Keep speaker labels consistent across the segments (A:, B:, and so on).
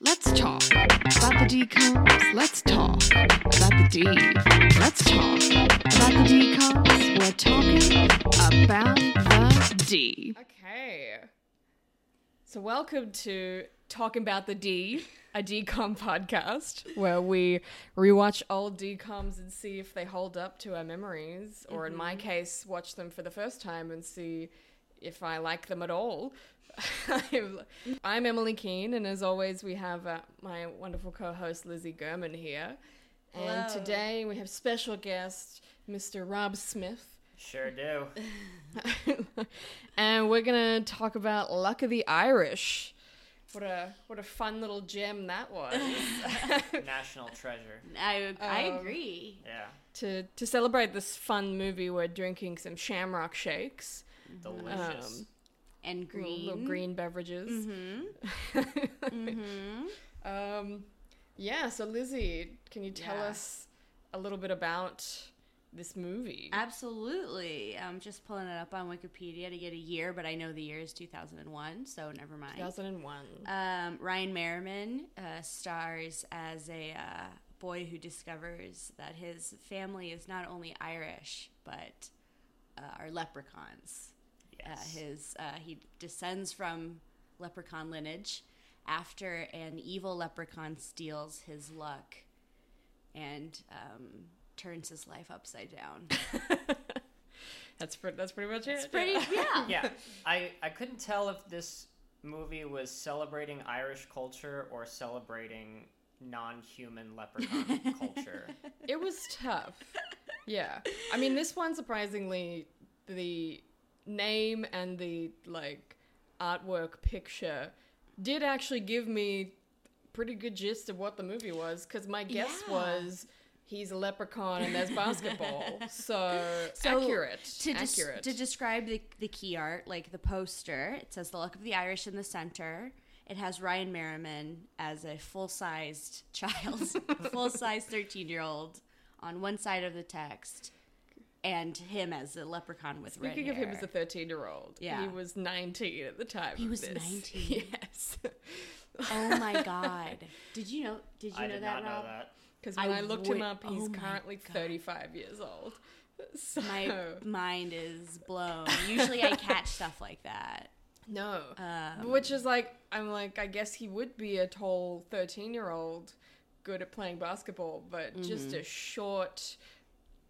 A: Let's talk about the decoms. Let's talk about the D. Let's talk about the decoms. We're talking about the D.
B: Okay. So, welcome to Talking About the D, a DCOM podcast where we rewatch old DCOMs and see if they hold up to our memories, or in my case, watch them for the first time and see if I like them at all. I'm- I'm Emily Keane, and as always, we have uh, my wonderful co host Lizzie Gurman here. And
C: Hello.
B: today we have special guest Mr. Rob Smith.
D: Sure do.
B: and we're gonna talk about Luck of the Irish. What a what a fun little gem that was
D: National treasure.
C: I I
B: Um,
C: agree.
D: Yeah.
B: to to celebrate this fun movie. We're drinking some Shamrock shakes,
D: Delicious.
B: Um,
C: And Mm-hmm.
B: little-
C: green. Mm-hmm.
B: little green Mm-hmm. beverages. um, yeah. So Lizzie, can you tell
C: Yeah.
B: us a little bit about this movie?
C: Absolutely. I'm just pulling it up on Wikipedia to get a year, but I know the year is 2001, so never mind.
B: 2001.
C: Um, Ryan Merriman uh, stars as a uh, boy who discovers that his family is not only Irish but uh, are leprechauns.
D: Yes.
C: Uh, his uh, he descends from leprechaun lineage after an evil leprechaun steals his luck and um, turns his life upside down.
B: that's pretty. That's pretty much it.
C: It's pretty, yeah.
D: yeah. I, I couldn't tell if this movie was celebrating Irish culture or celebrating non human leprechaun culture.
B: It was tough. Yeah. I mean, this one, surprisingly, the name and the, like, artwork picture did actually give me pretty good gist of what the movie was because my guess
C: Yeah.
B: was he's a leprechaun and there's basketball. So,
C: So,
B: accurate.
C: to, des-
B: accurate.
C: to describe the, the key art, like the poster, it says the luck of the Irish in the center. It has Ryan Merriman as a full sized child, full sized 13 year old on one side of the text, and him as a leprechaun with
B: Speaking
C: red
B: of him
C: hair.
B: as a 13 year old,
C: Yeah.
B: he was 19 at the time.
C: He
B: of
C: was
B: this.
C: 19?
B: Yes.
C: oh my god! Did you know? Did you
D: I
C: know
D: did
C: that,
D: not know
C: Rob?
D: that.
B: Because
C: I
B: when I, looked him
C: would-
B: up, he's
C: oh my
B: currently
C: God.
B: 35 years old. So,
C: My mind is blown. Usually, I catch stuff like that.
B: no.
C: Um,
B: Which is like, I'm like, I guess he would be a tall 13 year old good at playing basketball, but
C: Mm-hmm.
B: just a short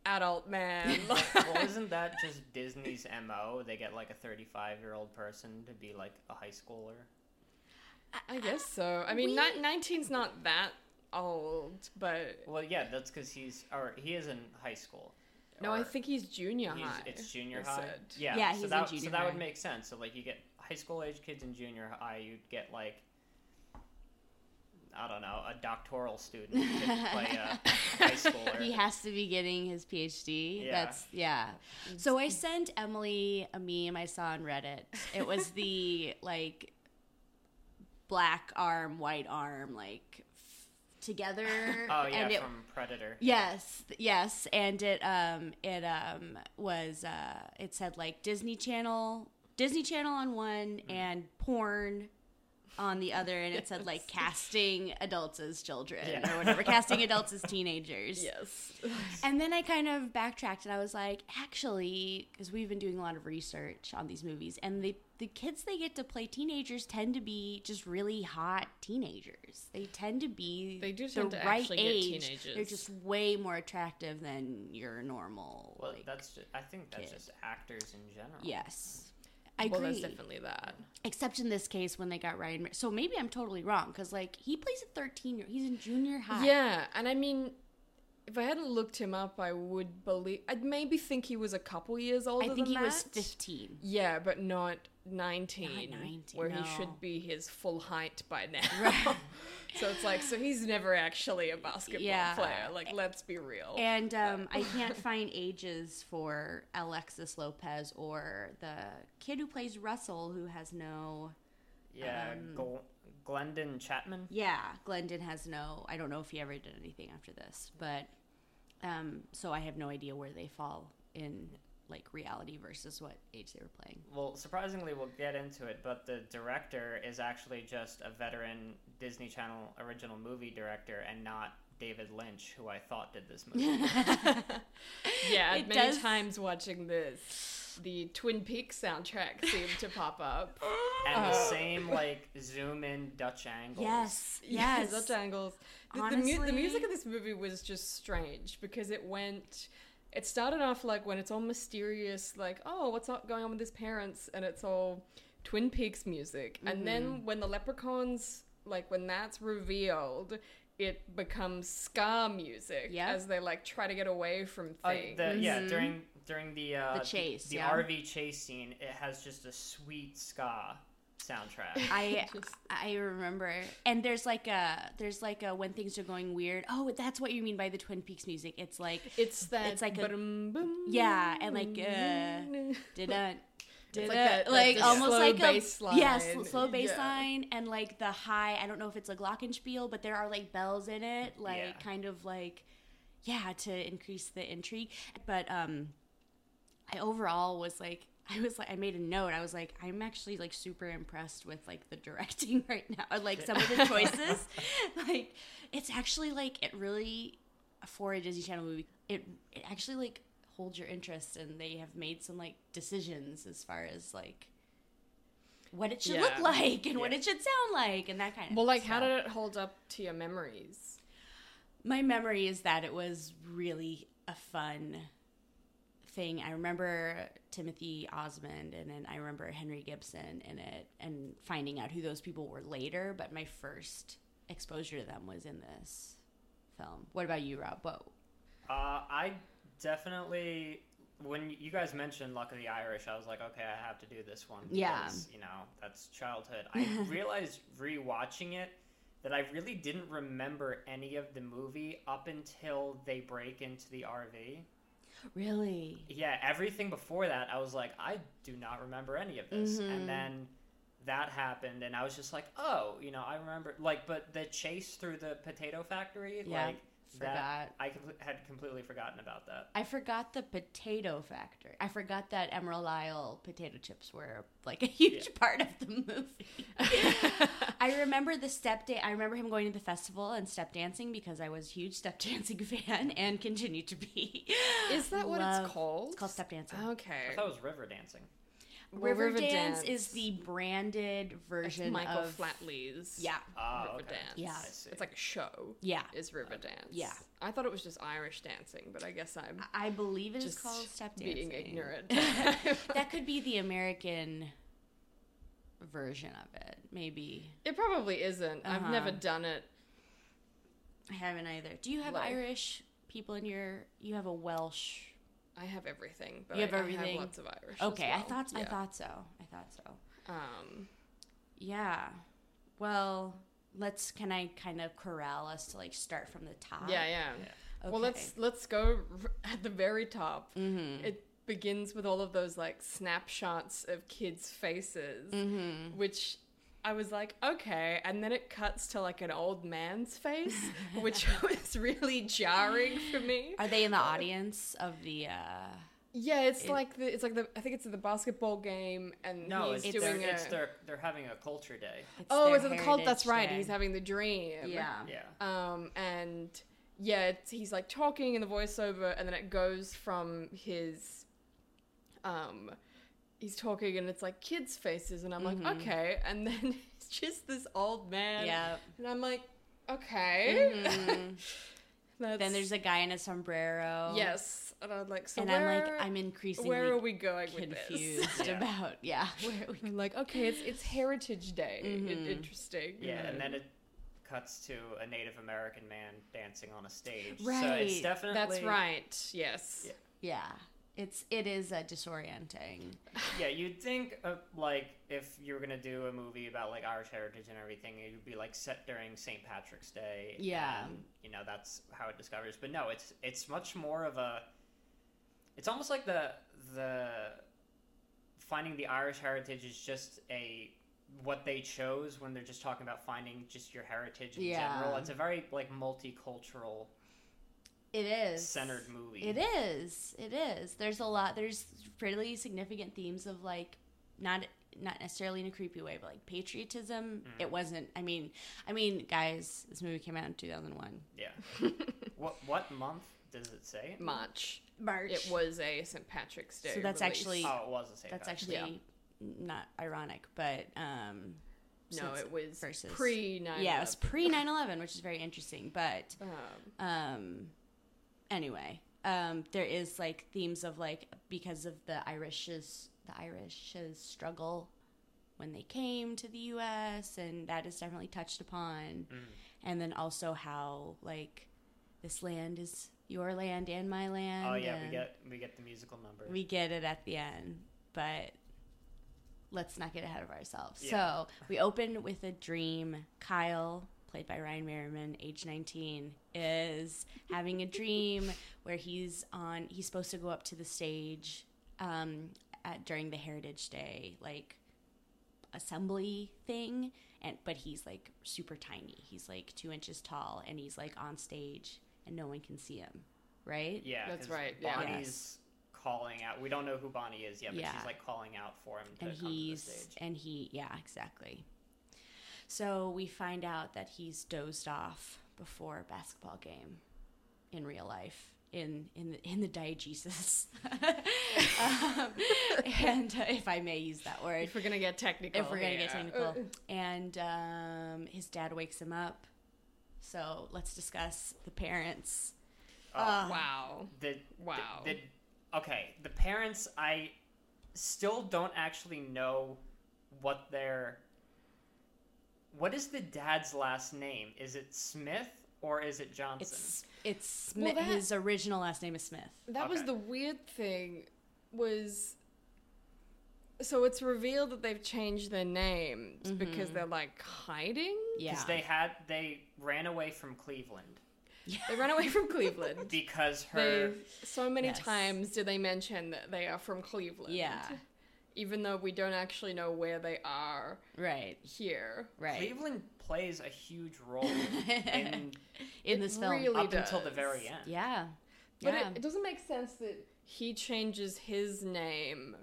B: adult man.
D: Well, isn't that just Disney's MO? They get like a 35 year old person to be like a high schooler.
B: I guess so. I mean,
C: We-
B: ni- 19's not that old, but
D: Well, yeah, that's because he's, or he is in high school.
B: no, I
D: Or
B: think he's junior
D: he's-
B: high.
D: It's junior
B: Uh-huh. they
D: high.
B: said.
D: Yeah,
C: Yeah,
D: so
C: he's in
D: that,
C: junior
D: So that
C: high.
D: would make sense. So like you get high school age kids in junior high, you'd get like I don't know, a doctoral student to play a high schooler.
C: He has to be getting his PhD.
D: Yeah.
C: That's yeah. So I sent Emily a meme I saw on Reddit. It was the like black arm, white arm, like f- together.
D: oh yeah,
C: and it,
D: from Predator.
C: Yes, th- yes, and it um it um was uh it said like Disney Channel, Disney Channel on one and porn on the other, and it said like casting adults as children
D: Yeah.
C: or whatever, casting adults as teenagers.
B: Yes.
C: And then I kind of backtracked and I was like, actually, because we've been doing a lot of research on these movies, and the the kids they get to play teenagers tend to be just really hot teenagers. They tend to be
B: They do
C: the
B: tend to
C: right
B: actually get
C: age.
B: teenagers.
C: They're just way more attractive than your normal.
D: Well,
C: like,
D: that's just, I think that's
C: kid.
D: just actors in general.
C: yes, I
B: Well, there's
C: agree.
B: definitely that.
C: Except in this case when they got Ryan. Mer- So maybe I'm totally wrong because like he plays a 13 year. He's in junior high.
B: Yeah, and I mean, if I hadn't looked him up, I would believe. I'd maybe think he was a couple years older.
C: I think
B: than
C: he was
B: that.
C: 15.
B: Yeah, but not 19,
C: Not 19,
B: where
C: no.
B: he should be his full height by now.
C: Right.
B: so it's like, so he's never actually a basketball
C: Yeah.
B: player. Like, let's be real.
C: And um, I can't find ages for Alexis Lopez or the kid who plays Russell, who has no.
D: Yeah,
C: um,
D: Gl- Glendon Chapman.
C: Yeah, Glendon has no. I don't know if he ever did anything after this, but um, so I have no idea where they fall in like reality versus what age they were playing.
D: Well, surprisingly, we'll get into it, but the director is actually just a veteran Disney Channel original movie director and not David Lynch, who I thought did this movie.
B: Yeah,
C: It
B: many
C: does-
B: times watching this, the Twin Peaks soundtrack seemed to pop up.
D: and the same like zoom in Dutch angles.
C: Oh. Yes.
B: Yeah,
C: Yes.
B: Dutch angles. The, the mu- the
C: Honestly-
B: music of this movie was just strange because it went. It started off like when it's all mysterious, like oh, what's up- going on with his parents, and it's all Twin Peaks music. And
C: Mm-hmm.
B: then when the leprechauns, like when that's revealed, it becomes ska music
C: Yeah.
B: as they like try to get away from
D: Uh,
B: things.
D: the, Yeah, during during the uh,
C: Mm-hmm. The chase,
D: the, the
C: yeah.
D: RV chase scene, it has just a sweet ska soundtrack.
C: I I remember, and there's like a there's like a when things are going weird. Oh, that's what you mean by the Twin Peaks music. It's like
B: it's that
C: it's like a-
B: ba-dum-bum,
C: yeah, and like uh,
B: dum-dum.
C: didn't did
B: like that-
C: like,
B: that just
C: almost
B: slow
C: like
B: bass
C: a yeah, s-
B: line.
C: slow
B: Yeah.
C: bass line and like the high. I don't know if it's a glockenspiel, but there are like bells in it, like
D: Yeah.
C: kind of like yeah to increase the intrigue. But um, I overall was like. I was like, I made a note. I was like, I'm actually like super impressed with like the directing right now, or like some of the choices. like, it's actually like it really for a Disney Channel movie, it it actually like holds your interest, and they have made some like decisions as far as like what it should look
B: Yeah.
C: like and what
D: Yeah.
C: it should sound like and that kind of
B: Well, like, how
C: stuff.
B: did it hold up to your memories?
C: my memory is that it was really a fun thing. I remember Timothy Osmond and then I remember Henry Gibson in it and finding out who those people were later, but my first exposure to them was in this film. What about you, Rob? What
D: Uh, I definitely when you guys mentioned Luck of the Irish, I was like, okay, I have to do this one.
C: Yeah.
D: because, you know that's childhood. I realized rewatching it that I really didn't remember any of the movie up until they break into the RV.
C: really?
D: Yeah, everything before that, I was like, I do not remember any of this.
C: Mm-hmm.
D: And then that happened, and I was just like, oh, you know, I remember. Like, but the chase through the potato factory,
C: Yeah,
D: like, that
C: forgot.
D: I compl- had completely forgotten about that.
C: I forgot the potato factor. I forgot that Emerald Isle potato chips were like a huge part of the movie. I remember the step day. I remember him going to the festival and step dancing because I was a huge step dancing fan and continue to be.
B: Is that what
C: Love-
B: it's called?
C: It's called step dancing.
D: I
B: Okay.
D: thought it was river dancing.
C: River,
B: River
C: dance,
B: Dance.
C: is the branded
B: It's
C: version
B: Michael
C: of
B: Flatley's.
C: Yeah,
D: Oh,
B: River
D: okay.
B: dance.
C: Yeah.
D: I see.
B: It's like a show.
C: yeah.
B: Is river dance.
C: yeah.
B: I thought it was just Irish dancing, but I guess I'm
C: I believe it is
B: just
C: called step dancing.
B: being ignorant.
C: that could be the American version of it, maybe.
B: it probably isn't. I've
C: Uh-huh.
B: never done it.
C: I haven't either. Do you have
B: Like-
C: Irish people in your? You have a Welsh.
B: I have everything, but
C: You
B: I,
C: have
B: I
C: everything?
B: have lots of Irish. as
C: Okay, I
B: well.
C: thought I
B: Yeah.
C: thought so. I thought so.
B: Um,
C: Yeah. Well, let's. Can I kind of corral us to like start from the top?
B: yeah, yeah.
C: Okay.
B: Well, let's let's go r- at the very top. It begins with all of those like snapshots of kids' faces, which I was like, okay, and then it cuts to like an old man's face, which was really jarring for me.
C: Are they in the audience of the? uh
B: Yeah, it's like the it's like the I think it's the basketball game, and
D: No,
B: he's
D: it's,
B: doing
D: their,
B: a,
D: it's their, they're having a culture day.
C: it's
B: oh,
C: their
B: is it called? That's right.
C: heritage day.
B: He's having the dream.
C: Yeah.
D: Yeah.
B: Um, and yeah, it's, he's like talking in the voiceover, and then it goes from his, um, he's talking, and it's like kids' faces, and I'm like, okay, and then it's just this old man,
C: Mm-hmm. Yeah. Mm-hmm.
B: and I'm like, okay. That's-
C: Hmm. Then there's a guy in a sombrero.
B: yes, and I'm like, so
C: and I'm
B: where,
C: like, I'm increasingly
B: where are we going with
C: confused
B: this?
D: Yeah.
C: about yeah. Where are we? Mm-hmm.
B: I'm like, okay, it's it's Heritage Day. In- interesting.
D: Yeah, and then it cuts to a Native American man dancing on a stage. So it's
C: Right.
D: definitely.
B: that's right. Yes.
D: Yeah.
C: Yeah. It's it is uh, disorienting.
D: Yeah, you'd think of, like if you were gonna do a movie about like Irish heritage and everything, it would be like set during St. Patrick's Day.
C: Yeah.
D: and, you know that's how it discovers. But no, it's it's much more of a. It's almost like the the finding the Irish heritage is just a what they chose when they're just talking about finding just your heritage in
C: Yeah.
D: general. It's a very like multicultural
C: It is
D: centered movie.
C: It is. It is. There's a lot. There's really significant themes of like not not necessarily in a creepy way, but like patriotism.
D: Mm-hmm.
C: It wasn't. I mean, I mean, guys, this movie came out in two thousand one.
D: Yeah. what what month does it say?
B: March.
C: March.
B: It was a St. Patrick's Day.
C: So that's
B: release.
C: actually-
D: Oh, it was the same.
C: That's
D: time.
C: actually not ironic, but um, so
B: no.
C: it's
B: It was
C: versus-
B: pre nine.
C: yeah, it was pre 9-11, which is very interesting. But
B: Um,
C: um, anyway, um, there is like themes of like because of the Irish's the Irish's struggle when they came to the U.S. and that is definitely touched upon,
D: Mm.
C: and then also how like this land is your land and my land.
D: Oh yeah, we
C: and-
D: get we get the musical number.
C: we get it at the end, but let's not get ahead of ourselves.
D: Yeah.
C: So we open with a dream. Kyle, played by Ryan Merriman, age 19, is having a dream where he's on, he's supposed to go up to the stage um, at, during the Heritage Day, like assembly thing and but he's like super tiny he's like two inches tall and he's like on stage and no one can see him right
D: yeah,
B: That's
D: 'cause
B: right, yeah.
D: Bonnie's calling out. We don't know who Bonnie is yet, but
C: Yeah.
D: she's like calling out for him to
C: and
D: come
C: he's
D: to the stage.
C: and he yeah exactly so we find out that he's dozed off before a basketball game in real life in in the, in the diegesis um, and uh, if i may use that word
B: if we're gonna get technical,
C: if we're gonna get
B: yeah.
D: Oh,
B: Uh,
C: technical and um, his dad wakes him up so let's discuss the parents
D: Oh,
C: Uh,
B: wow.
D: the,
B: wow.
D: The, the, okay, the parents. I still don't actually know what their. What is the dad's last name? Is it Smith or is it Johnson?
C: it's it's Smith,
B: Well, that-
C: his original last name is smith
B: That was
D: Okay.
B: the weird thing was so it's revealed that they've changed their names
C: Mm-hmm.
B: because they're like hiding.
C: yeah
D: they had they ran away from Cleveland
B: They ran away from Cleveland.
D: because her.
B: They so many
C: Yes.
B: times do they mention that they are from Cleveland.
C: yeah
B: Even though we don't actually know where they are
C: right
B: here.
C: right
D: Cleveland plays a huge role in,
C: in this film
B: really
D: up until the
B: does.
D: very end.
C: Yeah.
B: But
C: yeah.
B: it, it doesn't make sense that he changes his name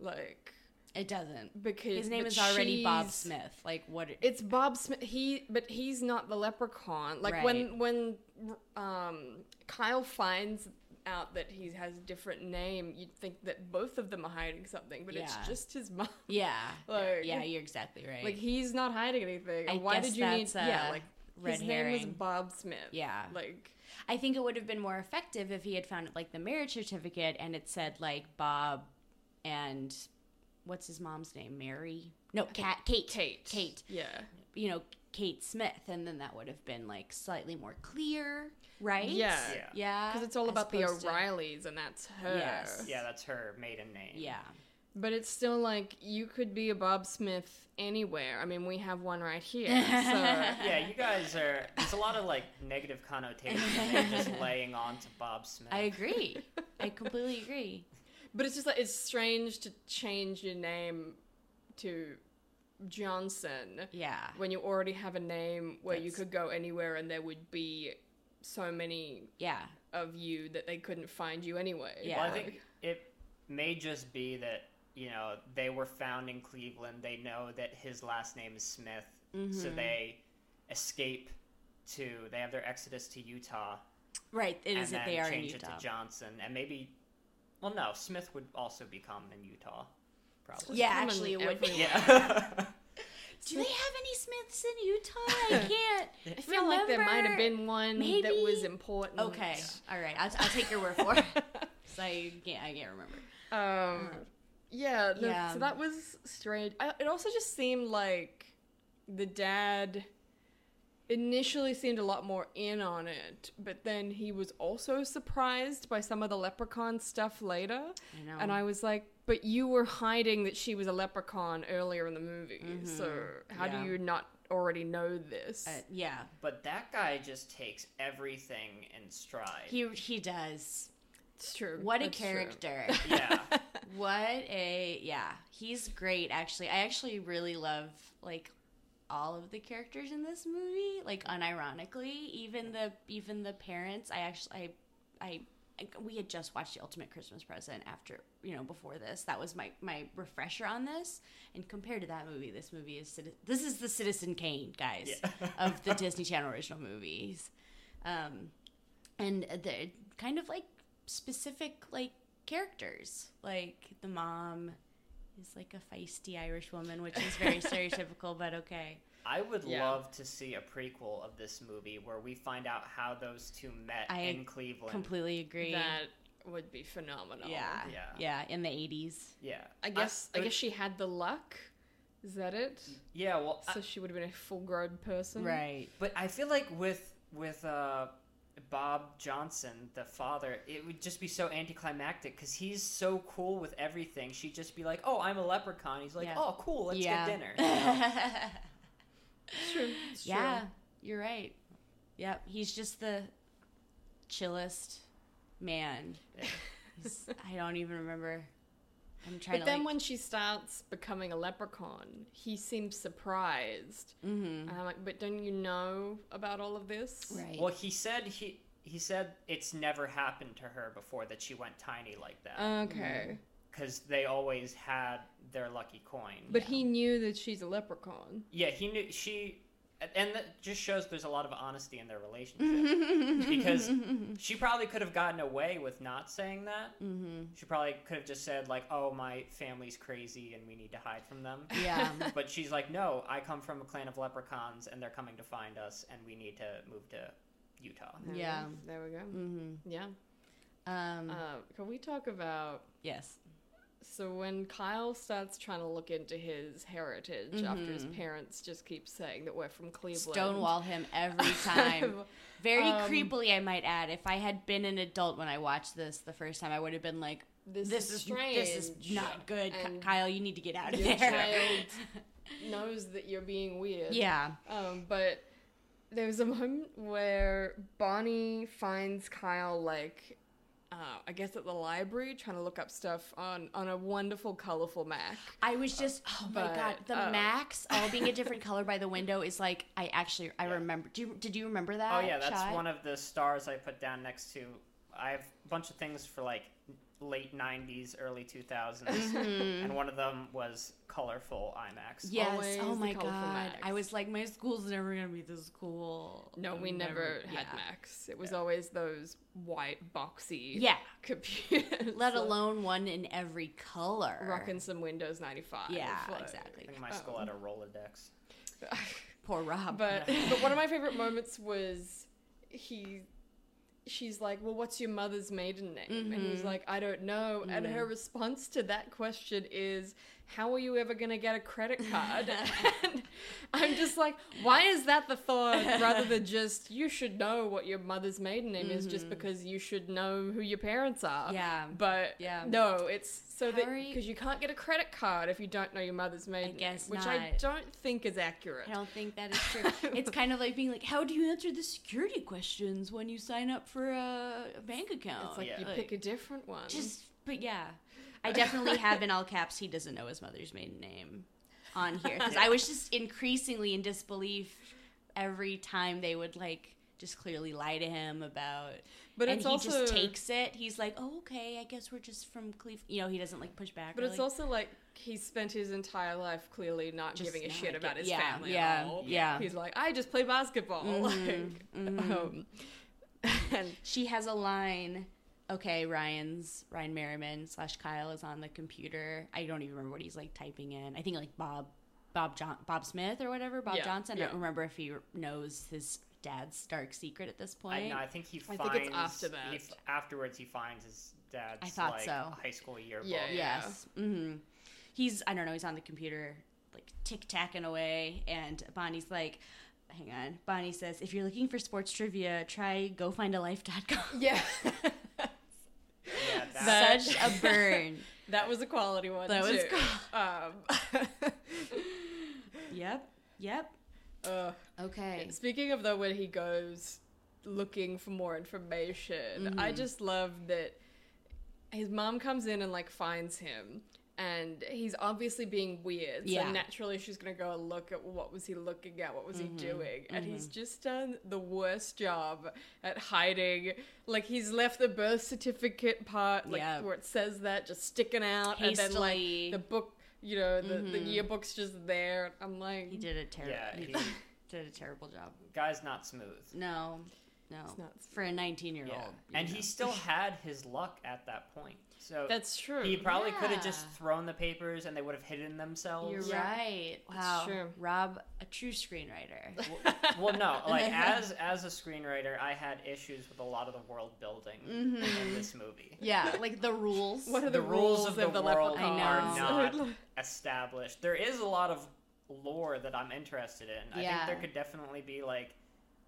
B: like
C: It, doesn't.
B: because
C: His name
B: but
C: is already Bob
B: she's-
C: Smith. Like what
B: It's Bob Smith. He, but he's not the leprechaun. Like when when um, Kyle finds out that he has a different name, you'd think that both of them are hiding something, but it's
C: Yeah.
B: just his mom.
C: Yeah.
B: Like-
C: yeah, you're exactly right.
B: Like he's not hiding anything.
C: I
B: And Why
C: guess
B: did you need?
C: that's uh, a
B: yeah, like
C: red
B: his name was
C: herring.
B: Bob Smith.
C: Yeah.
B: like
C: I think it would have been more effective if he had found like the marriage certificate and it said like Bob and what's his mom's name? Mary? No, Cat Kate.
B: Kate.
C: Kate.
B: Yeah.
C: You know, Kate Smith and then that would have been like slightly more clear, right?
B: Yeah.
D: Yeah.
C: Yeah.
B: Because it's all
C: As
B: about the
C: opposed to-
B: O'Reillys, and that's her.
C: Yes.
D: Yeah, that's her maiden name.
C: Yeah.
B: But it's still like you could be a Bob Smith anywhere. I mean, we have one right here. So.
D: Yeah, you guys are. There's a lot of like negative connotations they're just laying on to Bob Smith.
C: I agree. I completely agree.
B: But it's just like it's strange to change your name to Johnson
C: Yeah.
B: when you already have a name where you
C: That's-
B: could go anywhere and there would be so many
C: Yeah.
B: of you that they couldn't find you anyway.
C: Yeah.
D: Well, I think it may just be that you know they were found in Cleveland. They know that his last name is Smith, so they escape to. They have their exodus to Utah,
C: Right. It
D: and
C: is
D: then
C: that they are in
D: change
C: Utah.
D: it to Johnson, and maybe. Well, no, Smith would also be common in Utah, probably.
C: Yeah,
B: Common
C: actually, it would be.
B: everywhere.
D: Yeah.
C: Do they have any Smiths in Utah? I can't.
B: I feel like there might have been one that was
C: Maybe-
B: important.
C: Okay. All right. I'll, I'll take your word for it. 'Cause I can't. I can't remember.
B: Um, yeah, no,
C: Yeah.
B: So that was strange. I, it also just seemed like the dad initially seemed a lot more in on it, but then he was also surprised by some of the leprechaun stuff later.
C: I know.
B: And I was like, but you were hiding that she was a leprechaun earlier in the movie, so how
C: Mm-hmm. Yeah.
B: do you not already know this?
C: Uh, yeah.
D: but that guy just takes everything in stride.
C: He he does.
B: it's true.
C: What a
B: It's true.
C: character.
D: yeah.
C: what a yeah. He's great. Actually, I actually really love like all of the characters in this movie. Like unironically, even the even the parents. I actually I I we had just watched the ultimate christmas present after you know before this that was my my refresher on this and compared to that movie this movie is Citi- this is the citizen kane guys of the disney channel original movies um and they're kind of like specific like characters like the mom is like a feisty irish woman which is very stereotypical but okay
D: I would
B: Yeah.
D: love to see a prequel of this movie where we find out how those two met
C: I
D: in Cleveland.
C: completely agree
B: That would be phenomenal.
C: yeah
D: Yeah.
C: yeah in the 80s
D: yeah,
B: I guess I,
D: it would-
B: guess she had the luck. Is that it?
D: yeah. Well, I-
B: So she would have been a full grown person.
C: Uh, right
D: but I feel like with with uh, Bob Johnson, the father, it would just be so anticlimactic because he's so cool with everything. She'd just be like, "Oh, I'm a leprechaun." He's like,
C: Yeah.
D: "Oh, cool. Let's
C: yeah.
D: get dinner." You know?
B: It's true. It's true.
C: yeah, you're right. Yep, he's just the chillest man.
D: Yeah.
C: He's- I don't even remember. I'm trying
B: But
C: to.
B: then when she starts becoming a leprechaun, he seems surprised.
C: when,
B: And I'm like, but don't you know about all of this?
C: Mm-hmm. right,
D: Well, he said he he said it's never happened to her before that she went tiny like
B: Uh.
D: that
B: Okay.
C: Mm-hmm.
D: because they always had their lucky coin.
B: But he knew that she's a leprechaun.
D: Yeah, he knew she, and that just shows there's a lot of honesty in their relationship because she probably could have gotten away with not saying that. Mm-hmm. She probably could have just said like, "Oh, my family's crazy and we need to hide from them."
C: yeah,
D: but she's like, "No, I come from a clan of leprechauns and they're coming to find us and we need to move to Utah."
B: There we
C: Yeah.
B: go. There we go.
C: hmm
B: Yeah.
C: um,
B: Uh, can we talk about
C: yes,
B: So when Kyle starts trying to look into his heritage after his parents just keep saying that we're from Cleveland.
C: Mm-hmm. stonewall him every time. Very
B: Um,
C: creepily, I might add. If I had been an adult when I watched this the first time, I would have been like,
B: This,
C: "This
B: is
C: is
B: strange.
C: this is not good, Ky-
B: And
C: Kyle. You need to get out of
B: Your
C: there."
B: child knows that you're being weird.
C: yeah,
B: Um, but there was a moment where Bonnie finds Kyle like uh, I guess at the library trying to look up stuff on on a wonderful colorful Mac.
C: I was just oh my
B: Uh, but,
C: god, the
B: uh,
C: Max all being a different color by the window is like I actually I remember. Do you, did you remember that?
D: Oh yeah, that's
C: shot?
D: one of the stars I put down next to. I have a bunch of things for like late '90s, early 2000s,
B: Mm-hmm.
D: and one of them was colorful IMAX.
C: Yes.
B: Always
C: Oh
B: the
C: my god,
B: colorful
C: I
B: Max.
C: was like, my school's never gonna be this cool.
B: No, we never, had
C: yeah.
B: Macs. It was always those white boxy
C: Yeah.
B: computers.
C: Let
B: like,
C: alone one in every color.
B: rocking some Windows ninety five.
C: Yeah, exactly.
D: I think my school had a Rolodex.
C: Poor Rob.
B: But but one of my favorite moments was he she's like, Well, what's your mother's maiden name? And he's
C: Mm-hmm.
B: like, I don't know. And her response to that question is, How are you ever gonna get a credit card? and I'm just like, why is that the thought rather than just you should know what your mother's maiden name is just because you should know who your parents are?
C: Mm-hmm. Yeah.
B: But
C: Yeah.
B: no, it's so that
C: Harry-
B: because you can't get a credit card if you don't know your mother's maiden
C: guess
B: name, which I
C: not.
B: don't think is accurate.
C: I don't think that is true. it's kind of like being like, how do you answer the security questions when you sign up for a bank account?
B: It's like
D: yeah.
B: you pick a different one.
C: Oh, Just, but yeah, I definitely have in all caps. He doesn't know his mother's maiden name on here because I was just increasingly in disbelief every time they would like just clearly lie to him about.
B: But
C: and
B: it's
C: he
B: also-
C: just takes it. He's like, "Oh, okay, I guess we're just from Cleveland." You know, he doesn't like push back.
B: but
C: or,
B: it's
C: like-
B: also like he spent his entire life clearly not
C: Just
B: giving a
C: not
B: shit about
C: gi-
B: his
C: yeah,
B: family
C: yeah,
B: at all.
C: yeah.
B: He's like, I just play basketball. Like, um, and
C: "Mm-hmm, she has a line. Okay, Ryan's Ryan Merriman slash Kyle is on the computer. I don't even remember what he's like typing in. I think like Bob, Bob John, Bob Smith or whatever. Bob
B: Yeah,
C: Johnson. I
B: yeah.
C: don't remember if he knows his dad's dark secret at this
D: I,
C: point.
D: no, I think he
B: I
D: finds.
B: think it's after that.
D: he f- afterwards, he finds his dad's
C: I thought
D: like,
C: so.
D: high school yearbook.
B: Yeah, yeah.
C: yes. hmm He's I don't know. He's on the computer like tick tacking away, and Bonnie's like. Hang on. Bonnie says, if you're looking for sports trivia, try gofindalife.com.
B: yeah,
D: Yeah, that-
B: That-
C: Such a burn.
B: that was a quality one.
C: That was
B: too. um,
C: yep. Yep.
B: uh,
C: Okay.
B: Speaking of though, when he goes looking for more
C: Mm-hmm.
B: information, I just love that his mom comes in and like finds him, and he's obviously being weird. So
C: Yeah.
B: naturally, she's gonna go and look at what was he looking at, what was
C: Mm-hmm.
B: he doing, and he's just done the worst job at hiding. Like he's left the birth certificate part, like
C: Yeah.
B: where it says that, just sticking out, and then
C: Hastily.
B: like
C: Mm-hmm.
B: the book, you know, the, the yearbook's just there. I'm like,
C: He did a terrible.
D: Yeah,
C: he
D: he-
C: did a terrible job.
D: Guy's not smooth.
C: No, no.
B: not-
C: for a 19 year
D: Yeah.
C: old.
D: And he still had his luck at that point. So
B: that's true.
D: he probably could have just
C: Yeah.
D: thrown the papers and they would have hidden themselves.
C: You're
B: Yeah.
C: right. Wow.
B: true.
C: Rob, a true screenwriter.
D: well, well, no, like as as a screenwriter, I had issues with a lot of the world building
C: Mm-hmm.
D: in this movie.
C: yeah, like the rules.
B: what are the, rules, of the,
D: world
B: leprechaun?
C: I know.
D: are not established. There is a lot of lore that I'm interested in. I
C: Yeah.
D: think there could definitely be like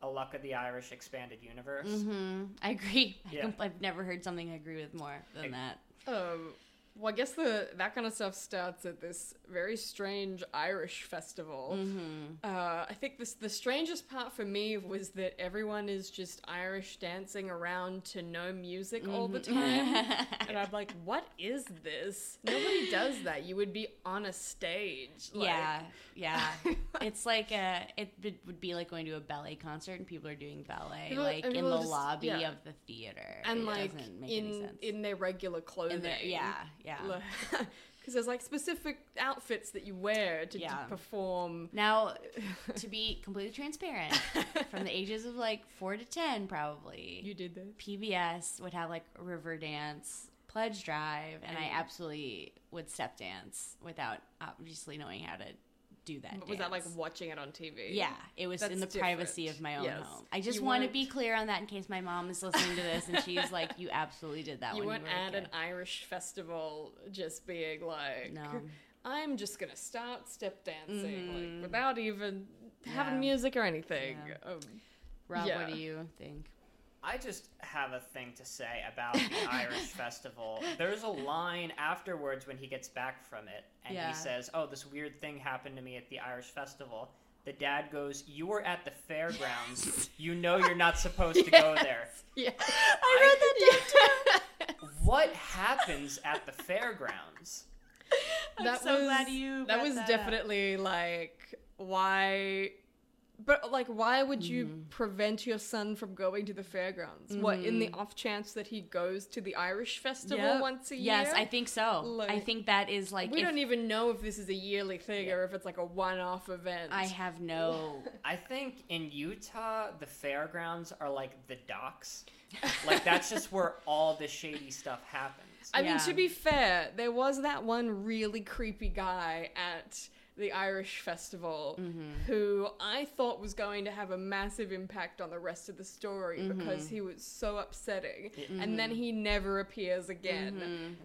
D: a Luck of the Irish expanded universe.
C: hmm I agree. I
D: Yeah.
C: com- I've never heard something I agree with more
D: Ex-
C: than that.
B: Um, well, I guess the that kind of stuff starts at this very strange Irish festival. Uh, I think this the strangest part for me was that everyone is just Irish dancing around to no music all the
C: Mm-hmm.
B: time, and I'm like, what is this? Nobody does that. You would be on a stage. Like,
C: yeah, yeah. it's like a it b- would be like going to a ballet concert and people are doing ballet
B: People-
C: like
B: and
C: in
B: people
C: the
B: just-
C: lobby
B: yeah.
C: of the theater.
B: and
C: it
B: like
C: doesn't make any
B: in
C: sense.
B: in their regular clothing.
C: In there- yeah, yeah.
B: Because there's like specific outfits that you wear to, to
C: Yeah.
B: perform.
C: Now, to be completely transparent, from the ages of like four to ten, probably
B: You did this.
C: PBS would have like river dance, pledge drive, and
B: Mm-hmm.
C: I absolutely would step dance without obviously knowing how to do that.
B: But was that like
C: dance.
B: watching it on TV?
C: Yeah, it was in the
B: That's
C: privacy
B: different.
C: of my own
B: Yes.
C: home. I just
B: You
C: want to
B: weren't-
C: be clear on that in case my mom is listening to this and she's like, "You absolutely did that."
B: You
C: when
B: weren't
C: you were a
B: at an
C: kid."
B: Irish festival just being like,
C: No. Mm-hmm.
B: I'm just going to start step dancing like, without even having
C: Yeah.
B: music or anything.
C: Yeah.
B: Um,
C: Rob,
B: yeah.
C: what do you think?
D: I just have a thing to say about the Irish festival. There's a line afterwards when he gets back from it, and
C: Yeah.
D: he says, "Oh, this weird thing happened to me at the Irish festival." The dad goes, "You were at the fairgrounds. You know you're not supposed to go there.
B: yeah.
C: I
D: What happens at the fairgrounds?"
B: that
C: so
B: was,
C: glad you
B: That
C: brought
B: was
C: that up.
B: definitely like, why. But like, why would you
C: Mm-hmm.
B: prevent your son from going going to the fairgrounds? What in the
C: Mm-hmm.
B: off chance that he goes to the Irish festival once a year?
C: Yes, I think so. I
B: Like-
C: think that is like
B: We
C: if
B: don't even know if this is a yearly thing or if it's like a one-off event.
C: I have no.
D: I think in Utah, the fairgrounds are like the docks. Like that's just where all the shady stuff happens.
B: I mean,
C: Yeah.
B: to be fair, there was that one really creepy guy at the Irish festival who I thought was going to have a massive impact on the rest of the story because he was so upsetting, and then he never appears again.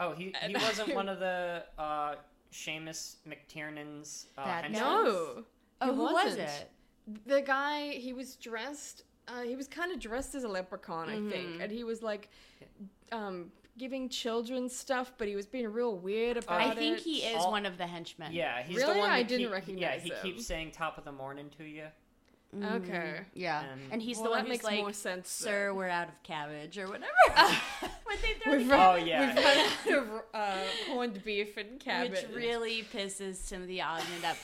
D: Oh, he, he wasn't one of the uh, Seamus McTiernan's uh,
C: That
D: henchmen?
B: No,
C: Oh,
B: he
C: who was
B: wasn't.
C: it?
B: the guy he was dressed uh, he was kind of dressed as a leprechaun i think and he was like um giving children stuff but he was being real weird about it
C: I think he is
D: All-
C: one of the henchmen.
D: Yeah, he's
B: Really?
D: the one
B: I
D: that
B: didn't
D: keep- Yeah,
B: recognize
D: he
B: him.
D: keeps saying "top of the morning" to you.
B: Mm-hmm. okay
C: yeah.
D: And-
C: and he's
B: Well,
C: the one
B: that
C: who's
B: makes
C: like,
B: more sense
C: "Sir, we're out of cabbage" or whatever. when they throw the
B: We've
D: Oh
B: run,
D: yeah,
B: we've run out of uh, corned beef and cabbage.
C: Which really pisses Timothy Osmond up.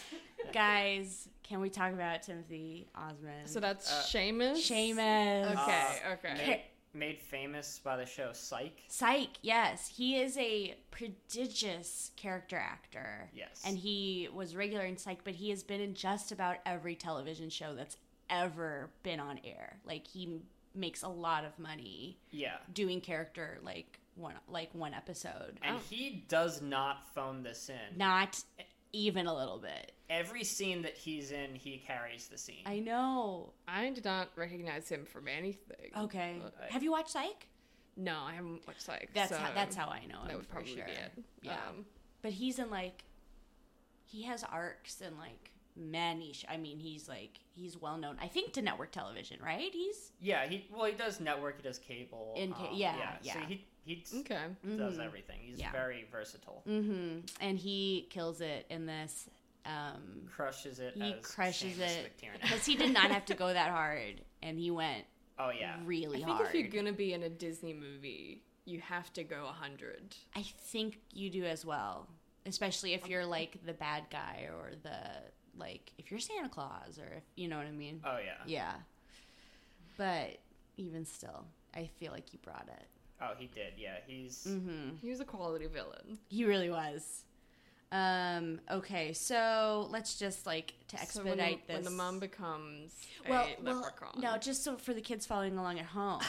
C: Guys, can we talk about Timothy Osmond?
B: so that's Seamus.
C: Uh, Seamus.
B: Okay,
D: Uh,
B: okay.
D: made, made famous by the show Psych.
C: Psych, yes. He is a prodigious character actor.
D: Yes.
C: And he was regular in Psych, but he has been in just about every television show that's ever been on air. Like he makes a lot of money
D: Yeah,
C: doing character like one like one episode.
B: Oh.
D: and he does not phone this in.
C: Not even a little bit.
D: Every scene that he's in, he carries the scene.
C: I know.
B: I did not recognize him from anything.
C: Okay.
D: I-
C: Have you watched Psych?
B: No, I haven't watched like
C: That's
B: so
C: how, that's how I know him.
B: That would
C: for
B: probably
C: sure.
B: be it.
C: Yeah,
B: Um,
C: but he's in like he has arcs and like many. Sh- I mean, he's like he's well known. I think to network television, right? He's
D: yeah, he well, he does network, he does cable.
C: In ca-
D: um,
C: yeah,
D: So
C: yeah. Mm-hmm.
D: he he s-
B: okay.
D: does everything. He's
C: Yeah.
D: very versatile.
C: mm-hmm, and he kills it in this. Um,
D: Crushes it. as
C: he crushes
D: Seamus
C: it
D: McTiernan.
C: because he did not have to go that hard, and he went
D: Oh yeah.
C: really
B: I think
C: hard.
B: if you're gonna be in a Disney movie, you have to go 100.
C: I think you do as well, especially if you're like the bad guy or the like if you're Santa Claus or if you know what I mean.
D: Oh yeah.
B: Uh-huh.
C: Yeah. But even still, I feel like you brought it.
D: Oh, he did. Yeah, he's
C: Mm-hmm.
B: He was a quality villain.
C: He really was. Um, okay, so let's just like to
B: So
C: expedite
B: when the-
C: this.
B: When the mom becomes
C: well,
B: a
C: well,
B: leprechaun.
C: no, just so for the kids following along at home.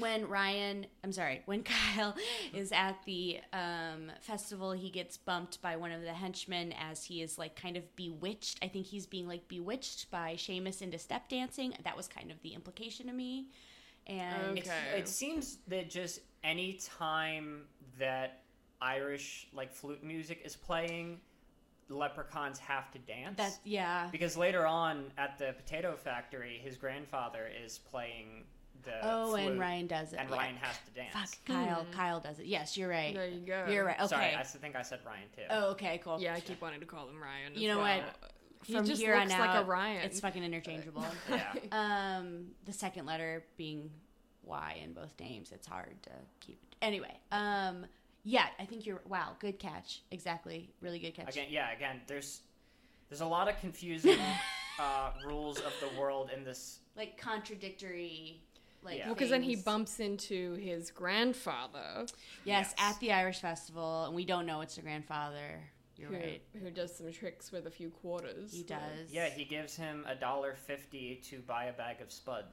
C: when Ryan, I'm sorry, when Kyle is at the um, festival, he gets bumped by one of the henchmen as he is like kind of bewitched. I think he's being like bewitched by Seamus into step dancing. That was kind of the implication to me. And
D: It's,
B: Okay.
D: It seems that just any time that Irish like flute music is playing, leprechauns have to dance.
C: that, yeah.
D: because later on at the potato factory, his grandfather is playing the
C: Oh, and
D: flute,
C: Ryan does it.
D: and
C: yeah.
D: Ryan has to dance.
C: Fuck, Kyle. Kyle does it. Yes, you're
B: Mm-hmm.
C: right.
B: There you go.
C: You're right. Okay.
D: Sorry, I s- think I said Ryan too.
C: Oh, okay, cool.
B: Yeah, I keep wanting to call him Ryan.
C: You
B: as
C: know
B: well.
C: what?
B: He
C: From
B: just
C: here
B: looks
C: on
B: like
C: out,
B: a Ryan.
C: It's fucking interchangeable.
D: Yeah.
C: um, the second letter being Y in both names, it's hard to keep. Anyway, um, yeah, I think you're. Wow, good catch. Exactly, really good catch.
D: Again, yeah. Again, there's there's a lot of confusing uh, rules of the world in this.
C: Like contradictory. Like
D: Yeah.
B: Well, because Oh, then he
C: things.
B: bumps into his grandfather,
C: Yes,
D: Yes.
C: at the Irish festival, and we don't know it's the grandfather. You're
B: who,
C: right.
B: who does some tricks with a few quarters.
C: He does.
D: Yeah, he gives him a dollar fifty to buy a bag of spuds.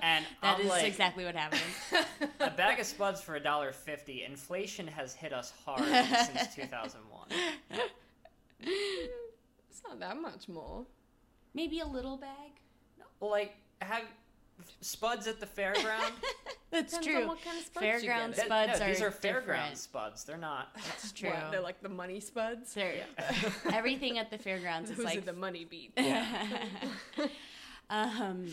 D: and
C: That
D: I'm
C: is
D: like,
C: exactly what happened.
D: a bag of spuds for a dollar fifty. Inflation has hit us hard since two thousand one.
B: It's not that much more.
C: Maybe a little bag.
D: Like have spuds at the fairground.
C: That's
B: Depends on
C: true.
B: what kind of spuds you
C: Fairground
B: get.
D: That-
C: spuds
D: no,
C: are
D: these are fairground
C: different.
D: spuds. They're not.
C: That's true.
B: What, they're like the money spuds.
C: They're- everything at the fairgrounds
B: Those
C: is
B: are
C: like
B: the money beat.
C: um,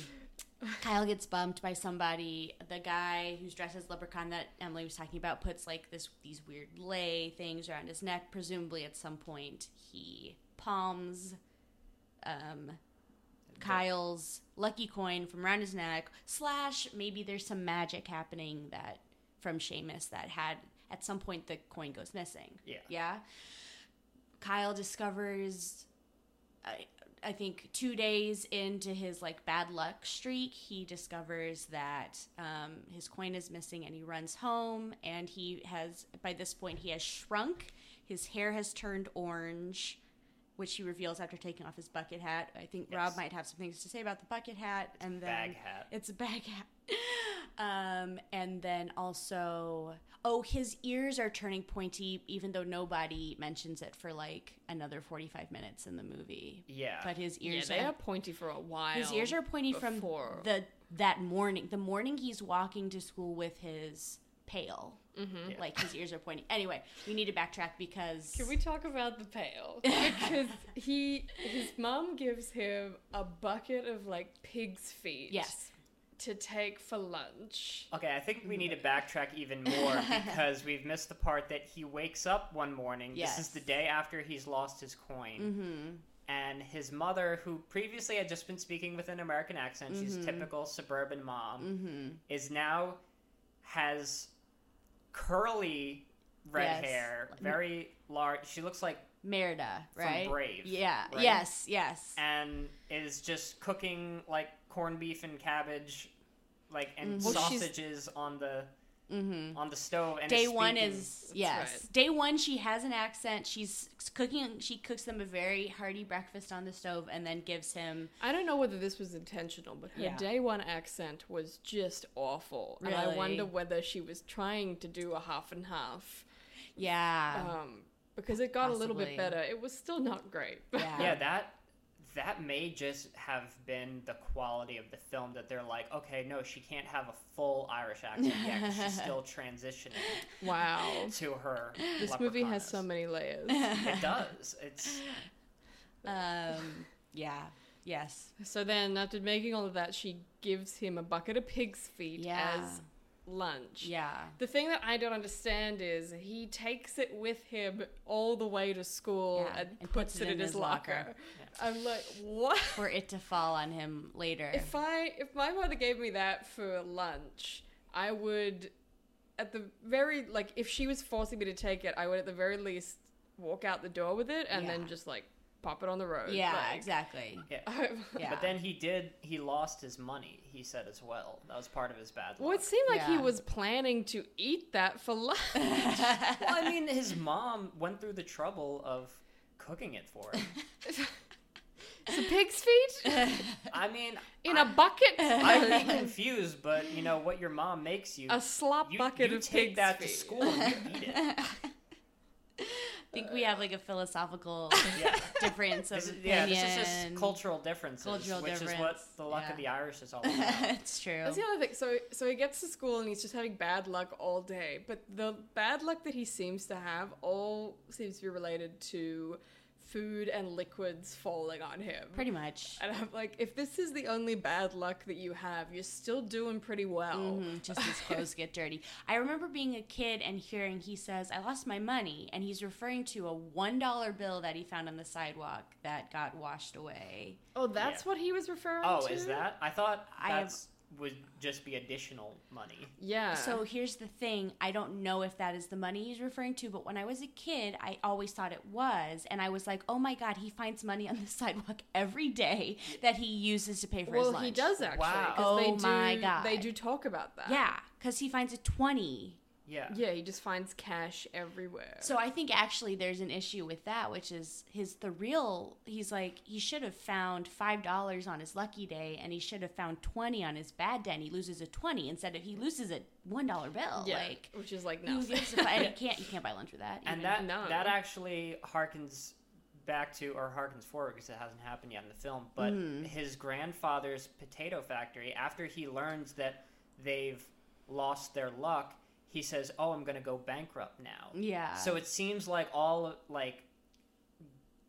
C: Kyle gets bumped by somebody. The guy who's dressed as leprechaun that Emily was talking about puts like this these weird lay things around his neck. Presumably, at some point, he palms um, Kyle's lucky coin from around his neck. Slash, maybe there's some magic happening that from Seamus that had at some point the coin goes missing.
D: Yeah.
C: Yeah. Kyle discovers I, I think two days into his like bad luck streak, he discovers that um, his coin is missing, and he runs home. And he has by this point he has shrunk. His hair has turned orange, which he reveals after taking off his bucket hat. I think Rob
D: Yes.
C: might have some things to say about the bucket hat, and then
D: bag hat.
C: It's a bag hat. Um, and then also, oh, his ears are turning pointy, even though nobody mentions it for like another forty-five minutes in the movie
D: Yeah.
C: but his
B: yeah,
C: ears
B: they are
C: are,
B: pointy for a while.
C: his ears are pointy from
B: before.
C: the that morning the morning he's walking to school with his pail
D: Yeah.
C: like his ears are pointing anyway we need to backtrack because
B: Mm-hmm. Can we talk about the pail? Because he, his mom gives him a bucket of like pig's feet.
C: yes
B: To take for lunch.
D: Okay, I think we need to backtrack even more because we've missed the part that he wakes up one morning. This
C: Yes. Mm-hmm.
D: is the day after he's lost his coin. And his mother, who previously had just been speaking with an American accent, she's
C: Mm-hmm.
D: a typical suburban mom,
C: Mm.
D: is now has curly red
C: Yes. Mm-hmm.
D: hair, very large. She looks like,
C: merida right
D: Brave,
C: yeah
D: right?
C: yes yes
D: and is just cooking like corned beef and cabbage, like, and
C: Mm-hmm.
B: Well, she's-
D: sausages on the. On the stove, and
C: day one
D: speaking-
C: is yes
B: right.
C: day one she has an accent she's cooking she cooks them a very hearty breakfast on the stove and then gives him
B: I don't know whether this was intentional, but her
C: Yeah.
B: day one accent was just awful. And I
C: Really?
B: wonder whether she was trying to do a half and half.
C: yeah
B: Um, because it got a little bit
C: Possibly.
B: better. It was still not great.
D: Yeah, that that may just have been the quality of the film that they're like, okay, no, she can't have a full Irish accent yet 'cause she's still transitioning
B: wow.
D: to her.
B: This movie has
D: leprechauness."
B: so many layers.
D: It does. It's
C: um yeah yes
B: so then, after making all of that, she gives him a bucket of pig's feet
C: Yeah.
B: as lunch.
C: yeah
B: The thing that I don't understand is he takes it with him all the way to school
C: Yeah,
B: and,
C: and
B: puts it in, his locker. I'm like, what?
C: for it to fall on him later.
B: If I if my mother gave me that for lunch, I would, at the very like, if she was forcing me to take it, I would at the very least walk out the door with it and then
C: Yeah.
B: just like pop it on the road.
C: Yeah,
B: like,
C: exactly.
D: Yeah.
B: I-
C: Yeah.
D: But then he did. He lost his money. He said as well. That was part of his bad luck.
B: Well, it seemed like he
C: Yeah.
B: was planning to eat that for lunch.
D: well, I mean, his mom went through the trouble of cooking it for him.
B: the pig's feet
D: I mean,
B: in a bucket.
D: I'd be confused, but you know what your mom makes you.
B: a slop
D: you,
B: bucket
D: you
B: of
D: take
B: pig's
D: that
B: feet.
D: to school and you eat it.
C: I think we have like a philosophical
D: Yeah.
C: difference of
D: This is,
C: opinion.
D: yeah, this is just cultural differences,
C: Cultural
D: which is what
C: difference,
D: the luck
C: yeah.
D: of the Irish is all about.
C: it's true.
B: That's the other thing. So, so he gets to school and he's just having bad luck all day. But the bad luck that he seems to have all seems to be related to food and liquids falling on him.
C: Pretty much.
B: And I'm like, if this is the only bad luck that you have, you're still doing pretty well.
C: Mhm, just his clothes get dirty. I remember being a kid and hearing he says, I lost my money. And he's referring to a $1 bill that he found on the sidewalk that got washed away.
B: Oh, that's
D: Yeah.
B: what he was referring to.
D: Oh, is that? I thought
C: I have-
D: that would just be additional money.
B: Yeah.
C: So here's the thing I don't know if that is the money he's referring to, but when I was a kid, I always thought it was. And I was like, oh my God, he finds money on the sidewalk every day that he uses to pay for
B: well,
C: his lunch.
B: he does actually.
D: Wow.
B: 'cause they
C: Oh
B: do,
C: my God.
B: They do talk about that.
C: Yeah, because he finds a 20.
D: Yeah.
B: Yeah, he just finds cash everywhere.
C: So I think actually there's an issue with that, which is his the real. He's like he should have found five dollars on his lucky day, and he should have found twenty on his bad day. and He loses a twenty instead of he loses a one dollar bill.
B: yeah,
C: Like
B: which is like
C: who
B: nothing.
C: gives a fu- and you can't you can't buy lunch with that.
D: And
C: even.
D: that
B: No.
D: that actually harkens back to or harkens forward because it hasn't happened yet in the film. But
C: Mm-hmm.
D: his grandfather's potato factory, after he learns that they've lost their luck, he says, "Oh, I'm going to go bankrupt now."
C: yeah.
D: So it seems like all like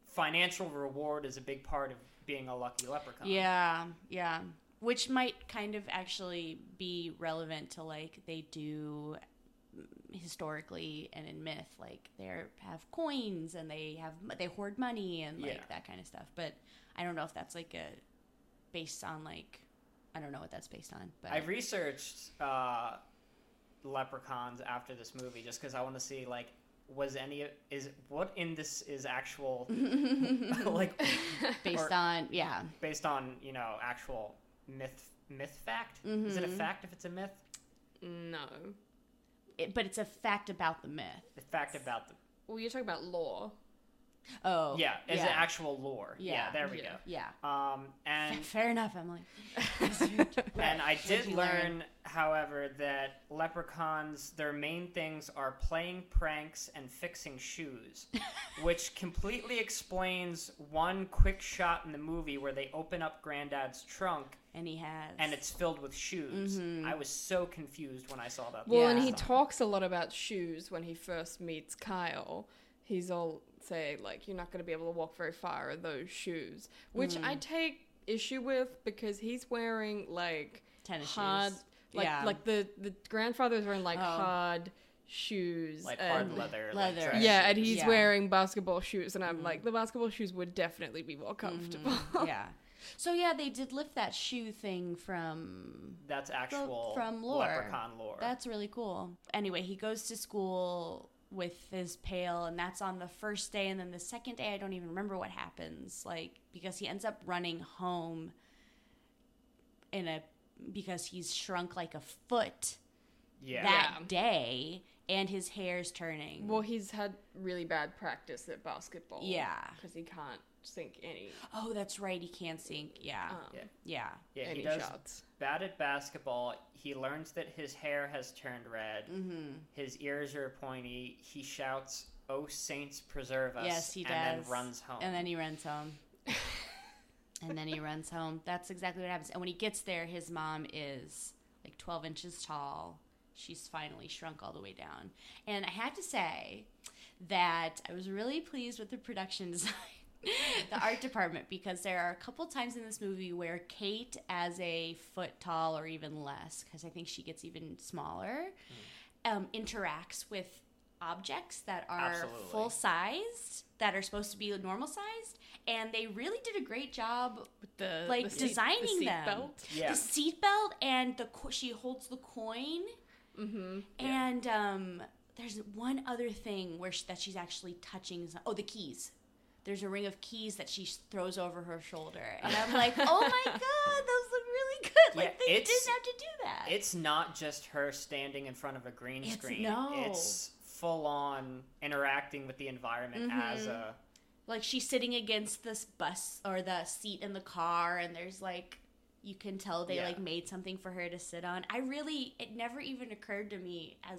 D: financial reward is a big part of being a lucky leprechaun.
C: yeah, yeah. Which might kind of actually be relevant to like they do mm, historically and in myth, like they have coins and they have they hoard money and like
D: Yeah.
C: that kind of stuff. But I don't know if that's like a based on like I don't know what that's based on. But
D: I researched uh, leprechauns after this movie just because I want to see like was any is what in this is actual like
C: based
D: or-
C: on yeah,
D: based on you know actual myth myth fact is it
C: Mm-hmm.
D: a fact if it's a myth
B: no.
C: it, but it's a fact about the myth.
D: the fact about the
B: Well, you're talking about law.
C: Oh
D: yeah is it
C: yeah.
D: actual lore yeah,
C: Yeah,
D: there we
B: yeah.
C: yeah.
D: go um and
C: Fair enough, Emily.
D: And I did
C: you
D: learn,
C: learn?
D: however, that leprechauns, their main things are playing pranks and fixing shoes, which completely explains one quick shot in the movie where they open up Granddad's trunk
C: and he has
D: and it's filled with shoes. I was so confused when I saw that. the
B: Well, and
D: first
B: he
D: time.
B: talks a lot about shoes when he first meets Kyle. He's all say like, "You're not going to be able to walk very far in those shoes," which
C: Mm.
B: I take issue with because he's wearing like
C: Tennis
B: hard,
C: shoes.
B: like
C: Yeah. Oh.
B: like the the grandfather's wearing like hard shoes,
D: like
B: and-
D: hard leather,
C: leather.
D: Like trash
B: Yeah, and
D: shoes.
B: he's
C: Yeah. Mm.
B: wearing basketball shoes, and I'm like, the basketball shoes would definitely be more comfortable.
C: yeah. So yeah, they did lift that shoe thing from.
D: that's actual
C: from lore.
D: leprechaun lore.
C: That's really cool. Anyway, he goes to school with his pail, and that's on the first day. And then the second day, I don't even remember what happens. Like because he ends up running home in a because he's shrunk like a foot
D: yeah.
C: that
B: Yeah.
C: day, and his hair's turning.
B: Well, he's had really bad practice at basketball.
C: Yeah.
B: because he can't sink any
C: oh, that's right. He can't sink. Ah, Yeah.
B: um,
D: Yeah.
C: yeah.
D: yeah,
B: any
D: he does
B: shots.
D: bad at basketball. He learns that his hair has turned red.
C: Mm-hmm.
D: His ears are pointy. He shouts, "Oh saints, preserve us!"
C: Yes, he does.
D: And then runs home.
C: And then he runs home. and then he runs home. That's exactly what happens. And when he gets there, his mom is like 12 inches tall. She's finally shrunk all the way down. And I have to say that I was really pleased with the production design. the art department because there are a couple times in this movie where Kate as a foot tall or even less because I think she gets even smaller
D: Hmm.
C: um, interacts with objects that are
D: Absolutely.
C: full sized that are supposed to be normal sized and they really did a great job
B: With the
C: like
B: the seat- the
C: designing
B: seat
C: them.
B: belt.
D: Yeah.
C: The seatbelt and the co- she holds the coin. Mm-hmm.
D: Yeah.
C: And um, there's one other thing where she, that she's actually touching. some- Oh, the keys. There's a ring of keys that she s- throws over her shoulder, and I'm like, oh my god, those look really good. Like
D: Yeah,
C: they
D: it's-
C: didn't have to do that.
D: It's not just her standing in front of a green
C: It's-
D: screen.
C: no.
D: It's full on interacting with the environment
C: Mm-hmm.
D: as a
C: like she's sitting against this bus or the seat in the car and there's like you can tell they
D: Yeah.
C: like made something for her to sit on i really it never even occurred to me as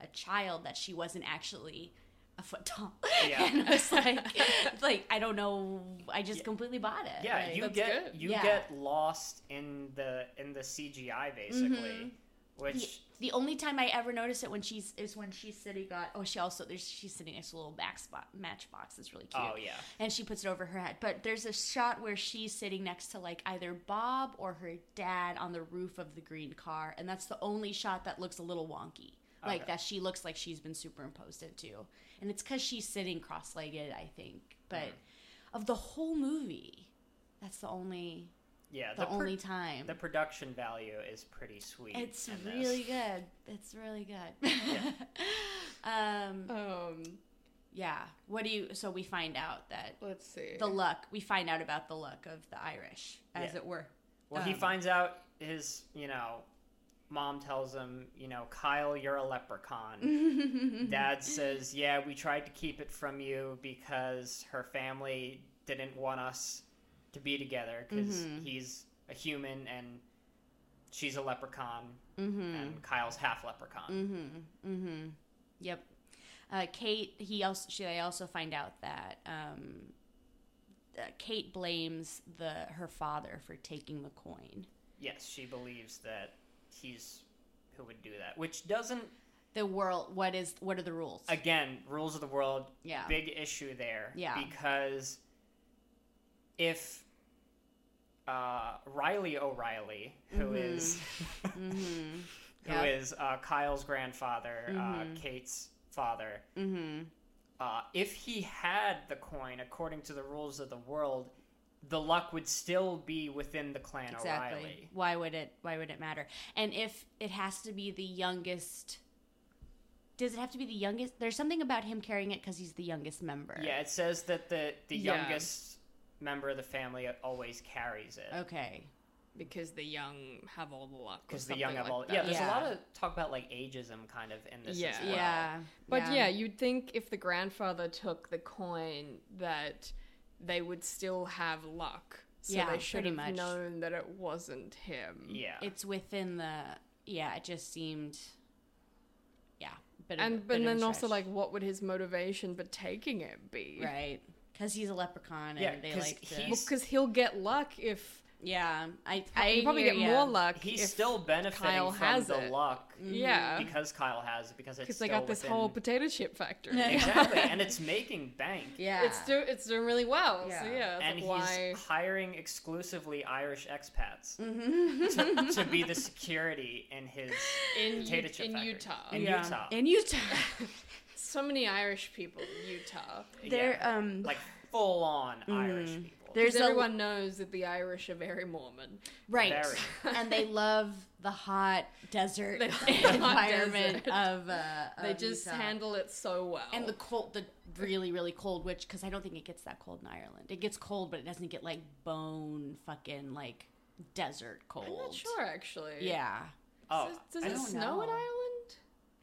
C: a child that she wasn't actually a foot tall
D: Yeah.
C: and i was like like i don't know i just completely bought it
D: Yeah,
C: Like,
D: you
B: That's
D: get
B: good.
D: you
C: Yeah.
D: get lost in the in the CGI basically,
C: Mm-hmm.
D: which
C: the only time I ever notice it when she's is when she's sitting on. Oh, she also there's she's sitting next to a little back spot, matchbox. It's really cute.
D: oh yeah,
C: and she puts it over her head. But there's a shot where she's sitting next to like either Bob or her dad on the roof of the green car, and that's the only shot that looks a little wonky. Like
D: Okay.
C: that she looks like she's been superimposed into. And it's cuz she's sitting cross-legged, I think. But
D: Hmm.
C: of the whole movie, that's the only
D: yeah.
C: the,
D: pro-
C: only time.
D: the production value is pretty sweet.
C: it's
D: in this.
C: really good. It's really good. um
B: Um,
C: yeah. What do you so we find out that
B: let's see.
C: the luck we find out about the luck of the irish as
D: Yeah.
C: it were
D: Well, he
C: Um,
D: finds out his, you know, mom tells him, you know, Kyle, you're a leprechaun. Dad says, yeah, we tried to keep it from you because her family didn't want us to be together because he's a human and she's a leprechaun
C: Mm. Mm-hmm.
D: and Kyle's half leprechaun.
C: yep uh, kate he also she they also find out that um, uh, kate blames the her father for taking the coin
D: Yes, she believes that he's who would do that, which doesn't,
C: the world what is what are the rules
D: again, rules of the world
C: yeah
D: big issue there.
C: Yeah.
D: Because if uh, Riley O'Reilly,
C: Mm-hmm.
D: who is who
C: Yep.
D: is, uh, Kyle's grandfather,
C: Mm-hmm.
D: uh, Kate's father, uh, if he had the coin according to the rules of the world, the luck would still be within the clan
C: exactly
D: O'Reilly.
C: why would it why would it matter and if it has to be the youngest does it have to be the youngest there's something about him carrying it because he's the youngest member
D: Yeah, it says that the the
B: Yeah.
D: youngest member of the family always carries it.
C: okay
B: because the young have all the luck. or
D: Because the young
B: something
D: have
B: like
D: all.
B: that.
D: Yeah, there's a
C: Yeah.
D: lot of talk about like ageism kind of in this as
B: Yeah.
D: well.
C: yeah
B: But yeah. you'd think if the grandfather took the coin that they would still have luck. So
C: Yeah,
B: they
C: pretty
B: should have
C: much.
B: known that it wasn't him.
D: Yeah.
C: it's within the yeah it just seemed yeah but
B: And but then also like what would his motivation for taking it be?
C: right because he's a leprechaun and
D: Yeah,
C: they
D: 'cause
C: like to,
D: he's-
B: Because he'll get luck if
C: yeah i i
B: I probably
C: hear
B: get
C: ya.
B: more luck.
D: He's
B: if,
D: still benefiting
B: Kyle
D: from
B: has
D: the
B: it.
D: luck
B: yeah
D: because Kyle has it because it's
B: because
D: still
B: they got this
D: within-
B: whole potato chip factory.
D: exactly, and it's making bank.
C: yeah
B: It's do it's doing really well.
C: Yeah.
B: So yeah, it's
D: And he's
B: like, why?
D: hiring exclusively Irish expats
B: Mm-hmm.
D: to, to be the security in his
B: in
D: potato
B: Ut-
D: chip
B: in
D: factory.
B: Utah.
D: In
C: yeah.
D: Utah,
C: in utah
B: So many Irish people in Utah.
C: there
D: Yeah.
C: um
D: like full on
B: Mm.
D: Irish people.
C: there's
B: Because
C: a
B: everyone knows that the Irish are very Mormon.
C: right
D: Very.
C: and they love the hot desert
B: The hot
C: environment
B: desert.
C: of uh
B: They
C: of
B: just
C: Utah.
B: handle it so well.
C: and the cold the really really cold which because i don't think it gets that cold in ireland it gets cold but it doesn't get like bone fucking like desert cold
B: I'm not sure actually.
C: yeah
D: oh,
B: Does, does
D: I
B: it
D: don't-
B: snow in
C: know.
B: Ireland?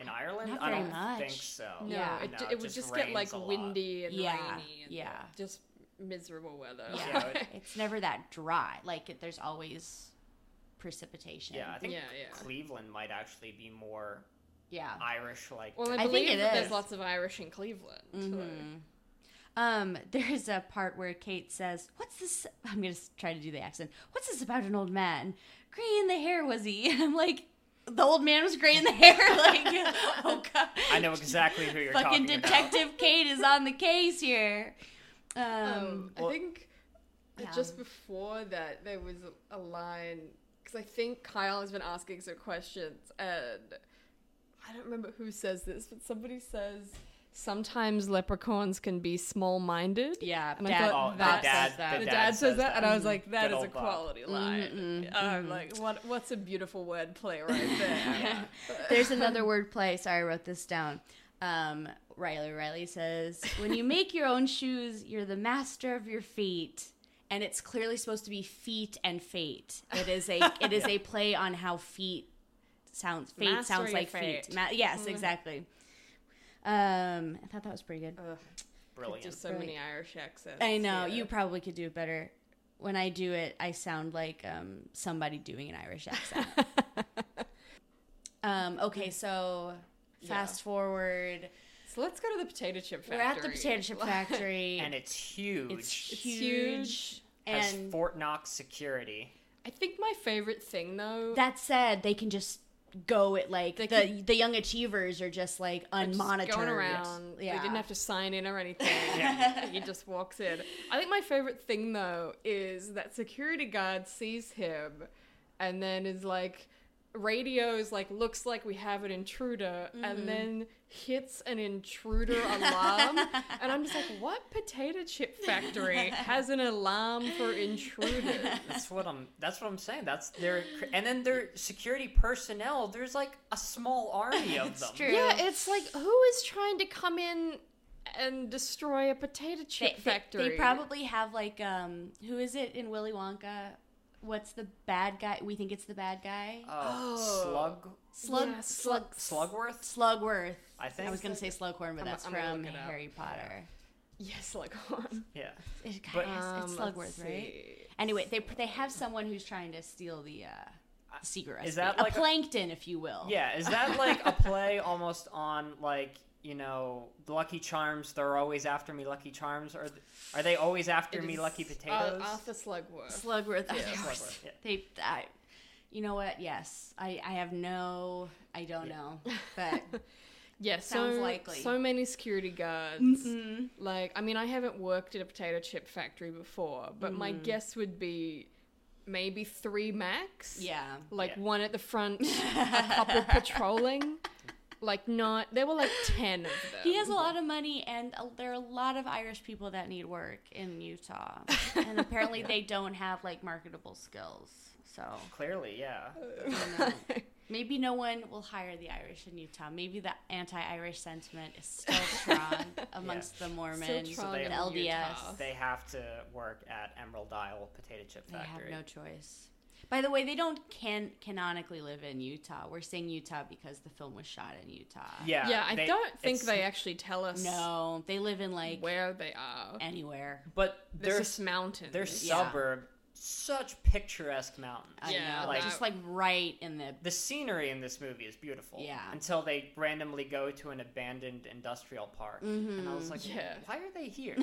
D: in Ireland,
C: Not
D: I
C: very
D: don't think
C: much.
D: so.
B: No,
C: Yeah.
B: it,
D: Oh, No,
B: it would just get
D: rains
B: like
D: a lot.
B: windy and
C: Yeah,
B: rainy and
C: yeah.
B: just miserable weather.
C: yeah
D: it-
C: it's never that dry like it, there's always precipitation
D: Yeah, I think
B: Yeah, yeah.
D: Cleveland might actually be more
C: yeah
D: Irish like.
B: Oh. Well, I
C: think
B: believe
C: it
B: that
C: is. Mm-hmm.
B: there's lots of Irish in Cleveland. so-
C: um there's a part where kate says what's this i'm gonna s- try to do the accent what's this about an old man gray in the hair was he and i'm like the old man was gray in the hair like oh god
D: I know exactly who you're
C: fucking
D: talking about.
C: detective kate is on the case here um,
B: Um, I
D: Well-
B: think that
C: Yeah.
B: just before that there was a line because I think Kyle has been asking some questions, and I don't remember who says this, but somebody says sometimes leprechauns can be small minded.
C: Yeah,
B: And I
C: dad,
B: thought
D: Oh, the
B: that-
D: dad,
C: says that.
B: The
D: dad
B: dad, says
D: says
B: that, and I was
D: that.
B: like, "That
D: Good
B: is a
D: old Bob.
B: quality line." I'm like, "What? What's a beautiful word play right there?"
C: There's another word play. Sorry, I wrote this down. Um, Riley Riley says, "When you make your own shoes, you're the master of your feet." And it's clearly supposed to be feet and fate. It is a it is a play on how feet sounds. Fate
B: Master
C: sounds
B: your
C: like
B: fate.
C: feet. Ma- yes, exactly. Um, I thought that was pretty good.
D: Brilliant.
B: Just so
C: Right.
B: many Irish accents.
C: I know
B: here.
C: you probably could do better. When I do it, I sound like um, somebody doing an Irish accent. um, okay, so fast forward.
B: So let's go to the potato chip factory.
C: We're at the potato chip factory.
D: and it's huge.
C: it's
B: It's
C: huge.
B: huge.
D: has
C: And
D: Fort Knox security.
B: I think my favorite thing though.
C: that said, they can just go at like
B: They
C: the
B: can-
C: the young achievers are just like
B: just
C: unmonitored.
B: going around.
C: Yeah.
B: They didn't have to sign in or anything.
D: Yeah.
B: he just walks in. I think my favorite thing though is that security guard sees him, and then is like radios like looks like we have an intruder
C: Mm-hmm.
B: and then hits an intruder alarm and i'm just like what potato chip factory has an alarm for intruders
D: That's what I'm. That's what I'm saying. That's their. And then their security personnel. There's like a small army of
C: It's
D: them.
C: true.
B: Yeah, it's like who is trying to come in and destroy a potato chip
C: They- they-
B: factory?
C: They, probably have like um who is it in Willy Wonka? What's the bad guy? We think it's the bad guy.
D: Oh,
B: Oh.
D: slug.
C: Slug,
B: yeah,
C: slug,
D: Slugworth.
C: Slugworth.
D: I think.
C: I was gonna say Slughorn, but
B: I'm-
C: that's
B: I'm gonna
C: from
B: look it up.
C: Harry Potter.
B: yes, like on.
D: Yeah.
C: It- God,
D: But-
C: it's, it's
B: Um, let's
C: Slugworth, right?
B: see.
C: Anyway, they they have someone who's trying to steal the uh, secret recipe.
D: Is that like
C: a
D: a-
C: plankton, if you will?
D: Yeah. Is that like a play almost on like you know Lucky Charms? They're always after me, Lucky Charms. Or are they always after
B: It
D: me,
B: is,
D: Lucky
B: uh,
D: Potatoes?
B: Arthur Slugworth.
C: Slugworth. I
D: Yeah,
C: know.
D: Slugworth, yeah.
C: They. I, you know what? Yes, I, I have no. I don't know, but
B: Yes,
C: Sounds
B: so,
C: likely.
B: So many security guards. Like, I mean, I haven't worked at a potato chip factory before, but my
C: Mm.
B: guess would be maybe three max.
C: yeah.
B: Like
D: Yeah.
B: one at the front, a couple patrolling. Like not, there were like ten of them.
C: He has
D: Mm-hmm.
C: a lot of money, and a, there are a lot of Irish people that need work in Utah, and apparently they don't have like marketable skills. So
D: Clearly, yeah.
C: maybe no one will hire the Irish in Utah. Maybe the anti-Irish sentiment is still strong amongst the Mormons,
B: strong
D: in
C: the LDS.
B: Utah.
D: They have to work at Emerald Isle Potato Chip
C: They have
D: Factory.
C: no choice. By the way, they don't can canonically live in Utah. We're saying Utah because the film was shot in Utah.
D: yeah.
B: Yeah, I
D: they-
B: don't think
D: it's-
B: they actually tell us
C: No, they live in like
B: where they are.
C: anywhere.
D: But
B: There's
D: there's
B: just mountains.
D: Their
C: Yeah.
D: suburb, such picturesque mountains.
C: I
B: Yeah,
C: know.
D: like-
C: just like right in the
D: the scenery in this movie is beautiful.
C: Yeah.
D: Until they randomly go to an abandoned industrial park, and I
C: Mm-hmm.
D: was like,
B: Yeah.
D: why are they here?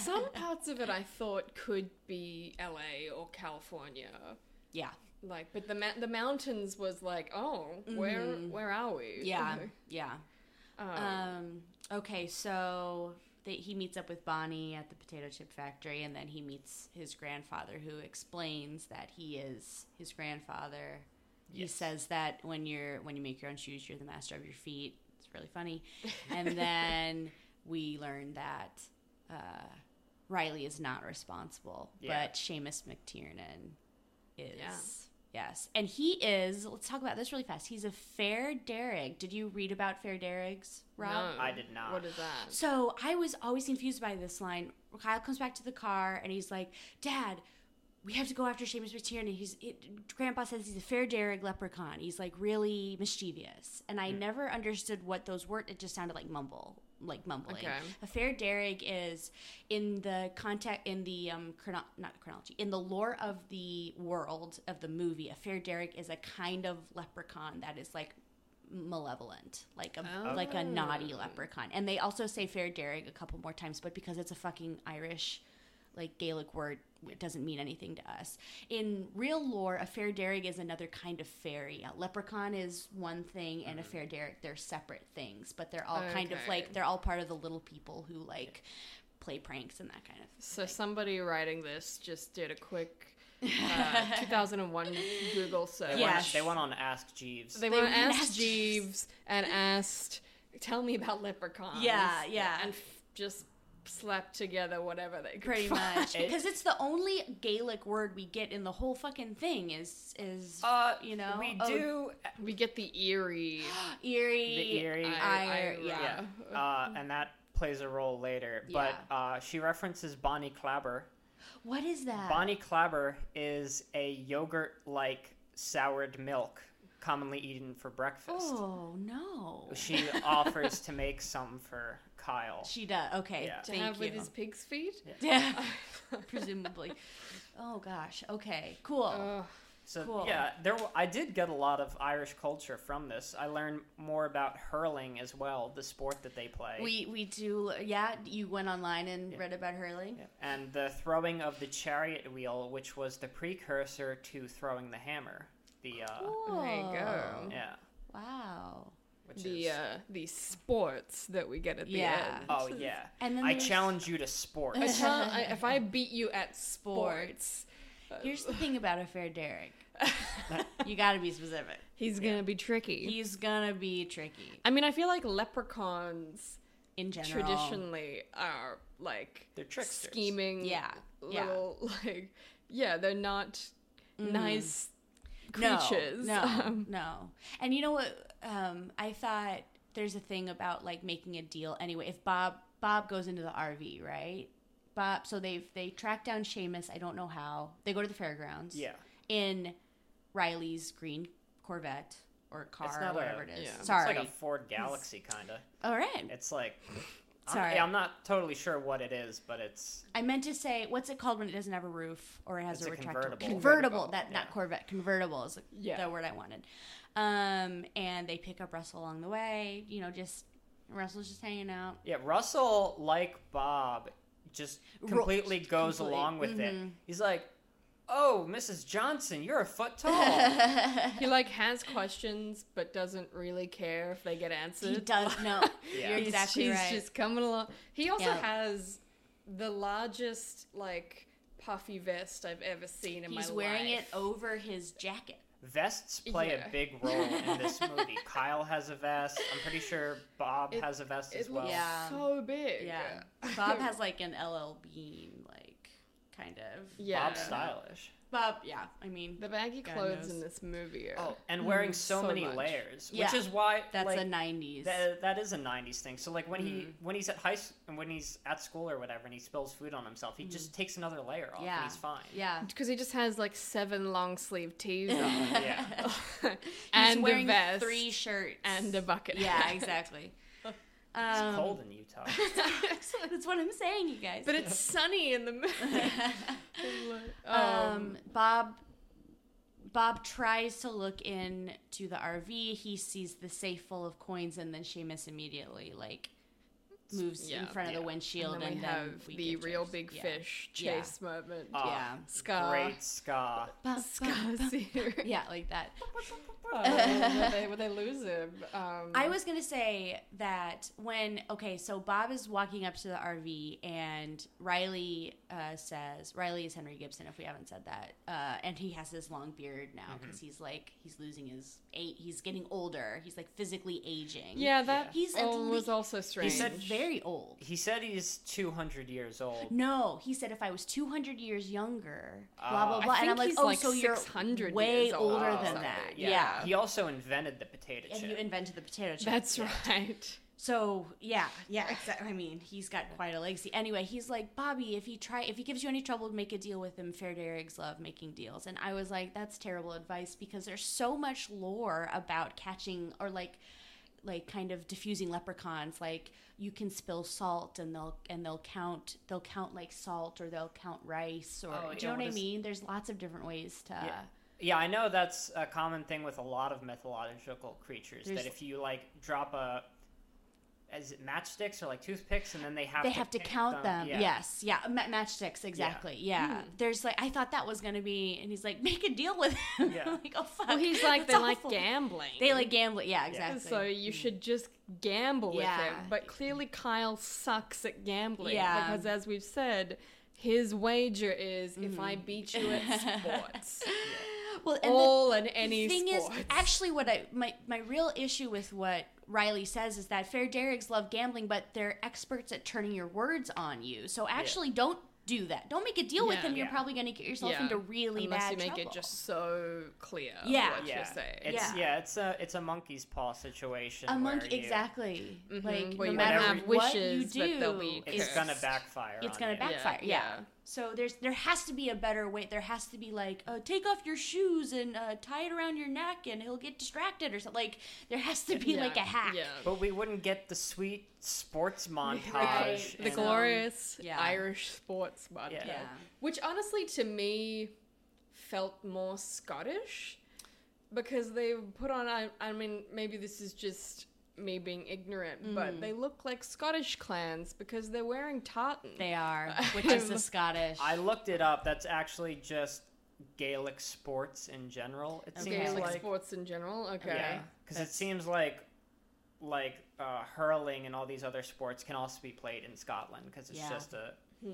B: Some parts of it I thought could be LA or California.
C: yeah.
B: Like, but the ma- the mountains was like, oh, where where are we?
C: Mm-hmm. Yeah, yeah.
B: Um,
D: Oh.
C: Um, okay, so they, he meets up with Bonnie at the potato chip factory, and then he meets his grandfather, who explains that he is his grandfather. He
D: Yes.
C: says that when you're when you make your own shoes, you're the master of your feet. It's really funny, and then we learn that uh, Riley is not responsible,
D: Yeah.
C: but Seamus McTiernan is.
B: Yeah.
C: Yes. And he is, let's talk about this really fast. He's a fair Derrick. Did you read about fair Derricks, Rob?
B: no.
D: I did not.
B: What is that?
C: So I was always confused by this line. Kyle comes back to the car and he's like, Dad, we have to go after Seamus McTiernan. He's it, Grandpa says he's a fair Derrick leprechaun. He's like really mischievous, and I never understood what those were. It just sounded like mumble, like mumbling.
B: Okay.
C: A fair Derrick is in the contact in the um chrono- not chronology in the lore of the world of the movie. A fair Derrick is a kind of leprechaun that is like malevolent, like a
D: Oh.
C: like a naughty leprechaun. And they also say fair Derrick a couple more times, but because it's a fucking Irish like Gaelic word, it doesn't mean anything to us. In real lore, a fair derrick is another kind of fairy. A leprechaun is one thing, and a fair derrick they're separate things, but they're all kind of
B: Okay.
C: like they're all part of the little people who like play pranks and that kind of.
B: So somebody writing this just did a quick uh, 2001 Google search.
D: They went-
C: Yes.
D: They went on Ask Jeeves.
B: They, went
C: went
B: and
C: and
B: asked
C: asked Jeeves.
B: Jeeves and asked tell me about leprechauns.
C: Yeah, yeah.
B: And f- just slap together whatever they could
C: pretty
B: find.
C: much because it's the only Gaelic word we get in the whole fucking thing is is
D: Uh,
C: you know
D: we
C: oh,
D: do
B: We get the eerie.
C: eerie
D: the eerie.
C: ire, yeah.
D: yeah, uh, and that plays a role later. But uh, she references Bonnie Clabber.
C: What is that?
D: Bonnie Clabber is a yogurt-like soured milk commonly eaten for breakfast.
C: oh no,
D: She offers to make some for Kyle.
C: she does. Okay,
D: Yeah. To
B: To
C: thank
B: have
C: you.
B: with his pig's feet.
C: yeah, presumably. Oh gosh. Okay. Cool.
B: Ugh.
D: So
C: Cool.
D: yeah, there w- I did get a lot of Irish culture from this. I learned more about hurling as well, the sport that they play.
C: we we do. Yeah. You went online and read about hurling.
D: Yeah. and the throwing of the chariot wheel, which was the precursor to throwing the hammer. The uh,
B: Oh, There you
C: Cool.
B: go.
D: yeah,
C: Wow.
D: which
B: The
D: is
B: uh, the sports that we get at the
C: Yeah.
B: end.
D: oh yeah.
C: And then
D: I
C: there's-
D: challenge you to sport.
B: I tell- I- if I beat you at sports,
C: Here's the thing about a fair Derek. you got to be specific.
B: he's gonna be tricky.
C: He's gonna be tricky
B: I mean, I feel like leprechauns
C: in general.
B: traditionally are like
D: They're tricksters.
B: scheming.
C: Yeah, yeah. Mm.
B: little like yeah, they're not nice
C: No,
B: creatures.
C: No,
B: Um,
C: no. And you know what? Um, I thought there's a thing about like making a deal. Anyway, if Bob Bob goes into the RV, right? Bob. So they've they track down Seamus. I don't know how. They go to the fairgrounds.
D: Yeah.
C: In Riley's green Corvette or car
D: It's
C: or
D: not
C: whatever
D: a-
C: it is.
B: yeah. It's
C: Sorry.
D: It's like a Ford Galaxy kind of.
C: All right.
D: It's like I'm,
C: Sorry.
D: yeah, I'm not totally sure what it is, but it's
C: I meant to say, what's it called when it doesn't have a roof or it has
D: It's
C: a
D: a
C: retractable
D: convertible.
C: Convertible, That
D: Yeah.
C: not Corvette. Convertible is the,
B: Yeah.
C: the word I wanted. Um, and they pick up Russell along the way. You know, just Russell's just hanging out.
D: yeah. Russell, like Bob, just completely goes
C: complete-
D: along with it. He's like, "Oh, Mrs. Johnson, you're a foot tall."
B: he like has questions but doesn't really care if they get answered.
C: He does know.
D: Yeah.
C: You're
D: He's-
C: exactly
B: She's
C: right.
B: just coming along. He also
C: Yeah.
B: has the largest like puffy vest I've ever seen in my life.
C: He's wearing it over his jacket.
D: Vests play
B: Yeah.
D: a big role in this movie. Kyle has a vest. I'm pretty sure Bob
B: It-
D: has a vest as
B: It
D: well.
B: looks
C: Yeah.
B: so big.
C: Yeah. Bob has like an LL Bean, like kind of.
B: yeah.
D: Bob's stylish.
C: Bob. Yeah. I mean,
B: The baggy
C: God
B: clothes in
C: knows.
B: this movie are
D: Oh, and wearing
B: Mm,
D: so,
B: so
D: many
B: much.
D: layers,
C: Yeah.
D: which is why
C: that's
D: like,
C: a '90s.
D: That, that is a '90s thing. So like when he when he's at high s- and when he's at school or whatever, and he spills food on himself, he just takes another layer off,
C: yeah.
D: and he's fine.
C: Yeah.
B: because he just has like seven long sleeve tees on
D: yeah.
B: and
C: He's wearing
B: a vest
C: three shirts
B: and a bucket.
C: Yeah,
B: hat.
C: exactly.
D: It's
C: Um,
D: cold in Utah.
C: That's what I'm saying, you guys.
B: But it's sunny in the movie.
C: um, Bob Bob tries to look in to the RV. He sees the safe full of coins, and then Seamus immediately like moves in
B: Yeah,
C: front of the
D: yeah.
C: windshield,
B: and then we have
C: we
B: the
C: get
B: real
C: to-
B: big
C: yeah.
B: fish
C: Yeah.
B: chase moment.
D: Ah,
C: Yeah.
B: Scar.
D: Great ska.
C: Ba- ba-
B: Scar series.
C: Yeah, like that.
B: where, they, where they lose him. Um,
C: I was gonna say that when okay, so Bob is walking up to the RV and Riley uh, says Riley is Henry Gibson if we haven't said that, uh, and he has his long beard now
B: Mm-hmm.
C: because he's like he's losing his eight, he's getting older, he's like physically aging.
B: yeah, that
C: He's at
B: all was
C: lea-
B: also strange.
C: he's very old.
D: He said he's 200 years old.
C: No, he said if I was two hundred years younger, blah
D: Oh.
C: blah
D: I
C: blah, and
B: think
C: I'm like,
B: he's,
C: oh,
B: like,
C: so you're
B: 600
C: way
B: years old
C: older
B: or
C: than
B: something.
C: that, yeah.
B: Yeah.
D: He also invented the potato
C: And
D: chip.
C: you invented the potato chip.
B: That's right.
C: So yeah, yeah, exactly. I mean, he's got quite a legacy. Anyway, he's like Bobby. If he try, if he gives you any trouble, make a deal with him. Fair Derek's love making deals, and I was like, that's terrible advice because there's so much lore about catching or like, like kind of diffusing leprechauns. Like you can spill salt, and they'll and they'll count they'll count like salt, or they'll count rice, or
D: Oh,
C: do you
D: yeah,
C: know what
D: what
C: I
D: is-
C: mean? There's lots of different ways to.
D: yeah. Yeah, I know that's a common thing with a lot of mythological creatures.
C: There's-
D: That if you like drop a, as matchsticks or like toothpicks, and then they have
C: they
D: to
C: have to
D: pick
C: count them. Yes, yeah, Ma- matchsticks, exactly. Yeah,
B: Hmm.
C: there's like I thought that was gonna be, and he's like, make a deal with him.
D: Yeah.
C: like oh fuck.
B: Well, he's like
C: That's
B: they like
C: awful.
B: gambling. Mm.
C: They like gambling. Yeah, exactly.
B: So you should just gamble with him.
C: Yeah.
B: But clearly Kyle sucks at gambling.
C: Yeah.
B: Because as we've said, his wager is if I beat you at sports.
C: well, Mm. and the
B: all and any
C: thing
B: sports.
C: is, actually, what I my my real issue with what Riley says is that fair Deregs love gambling, but they're experts at turning your words on you. So actually, don't do that. Don't make a deal with
B: Yeah.
C: them. You're
D: Yeah.
C: probably going to get yourself
B: Yeah.
C: into really
B: Unless
C: bad
B: you make
C: trouble.
B: it just so clear
C: Yeah.
B: what
D: yeah,
B: you're saying.
D: it's
C: Yeah.
D: yeah. it's a it's a monkey's paw situation.
C: a
D: where
C: monkey,
D: you-
C: exactly. Like
B: Mm-hmm. where
C: no
B: you
C: matter
D: have
C: what you
B: wishes,
C: do,
B: but they'll be
D: It's
B: Yes.
D: gonna backfire.
C: It's
D: on
C: gonna
D: you.
B: Yeah,
C: backfire. Yeah.
B: yeah.
C: So there's there has to be a better way. There has to be like uh, take off your shoes and uh, tie it around your neck, and he'll get distracted or something. Like there has to be like a hack.
B: Yeah.
D: But we wouldn't get the sweet sports montage.
C: Right.
B: The
D: and- um,
C: glory-
B: glorious
C: yeah.
B: Irish sports podcast.
D: Yeah.
C: Yeah.
B: Which honestly to me felt more Scottish because they put on I, I mean maybe this is just me being ignorant, but they look like Scottish clans because they're wearing tartan.
C: They are, which is the Scottish.
D: I looked it up. That's actually just Gaelic sports in general. It
C: Okay.
D: seems
B: Gaelic
D: like
B: sports in general. Okay.
D: yeah, because it seems like like uh, hurling and all these other sports can also be played in Scotland because it's
C: Yeah.
D: just uh, a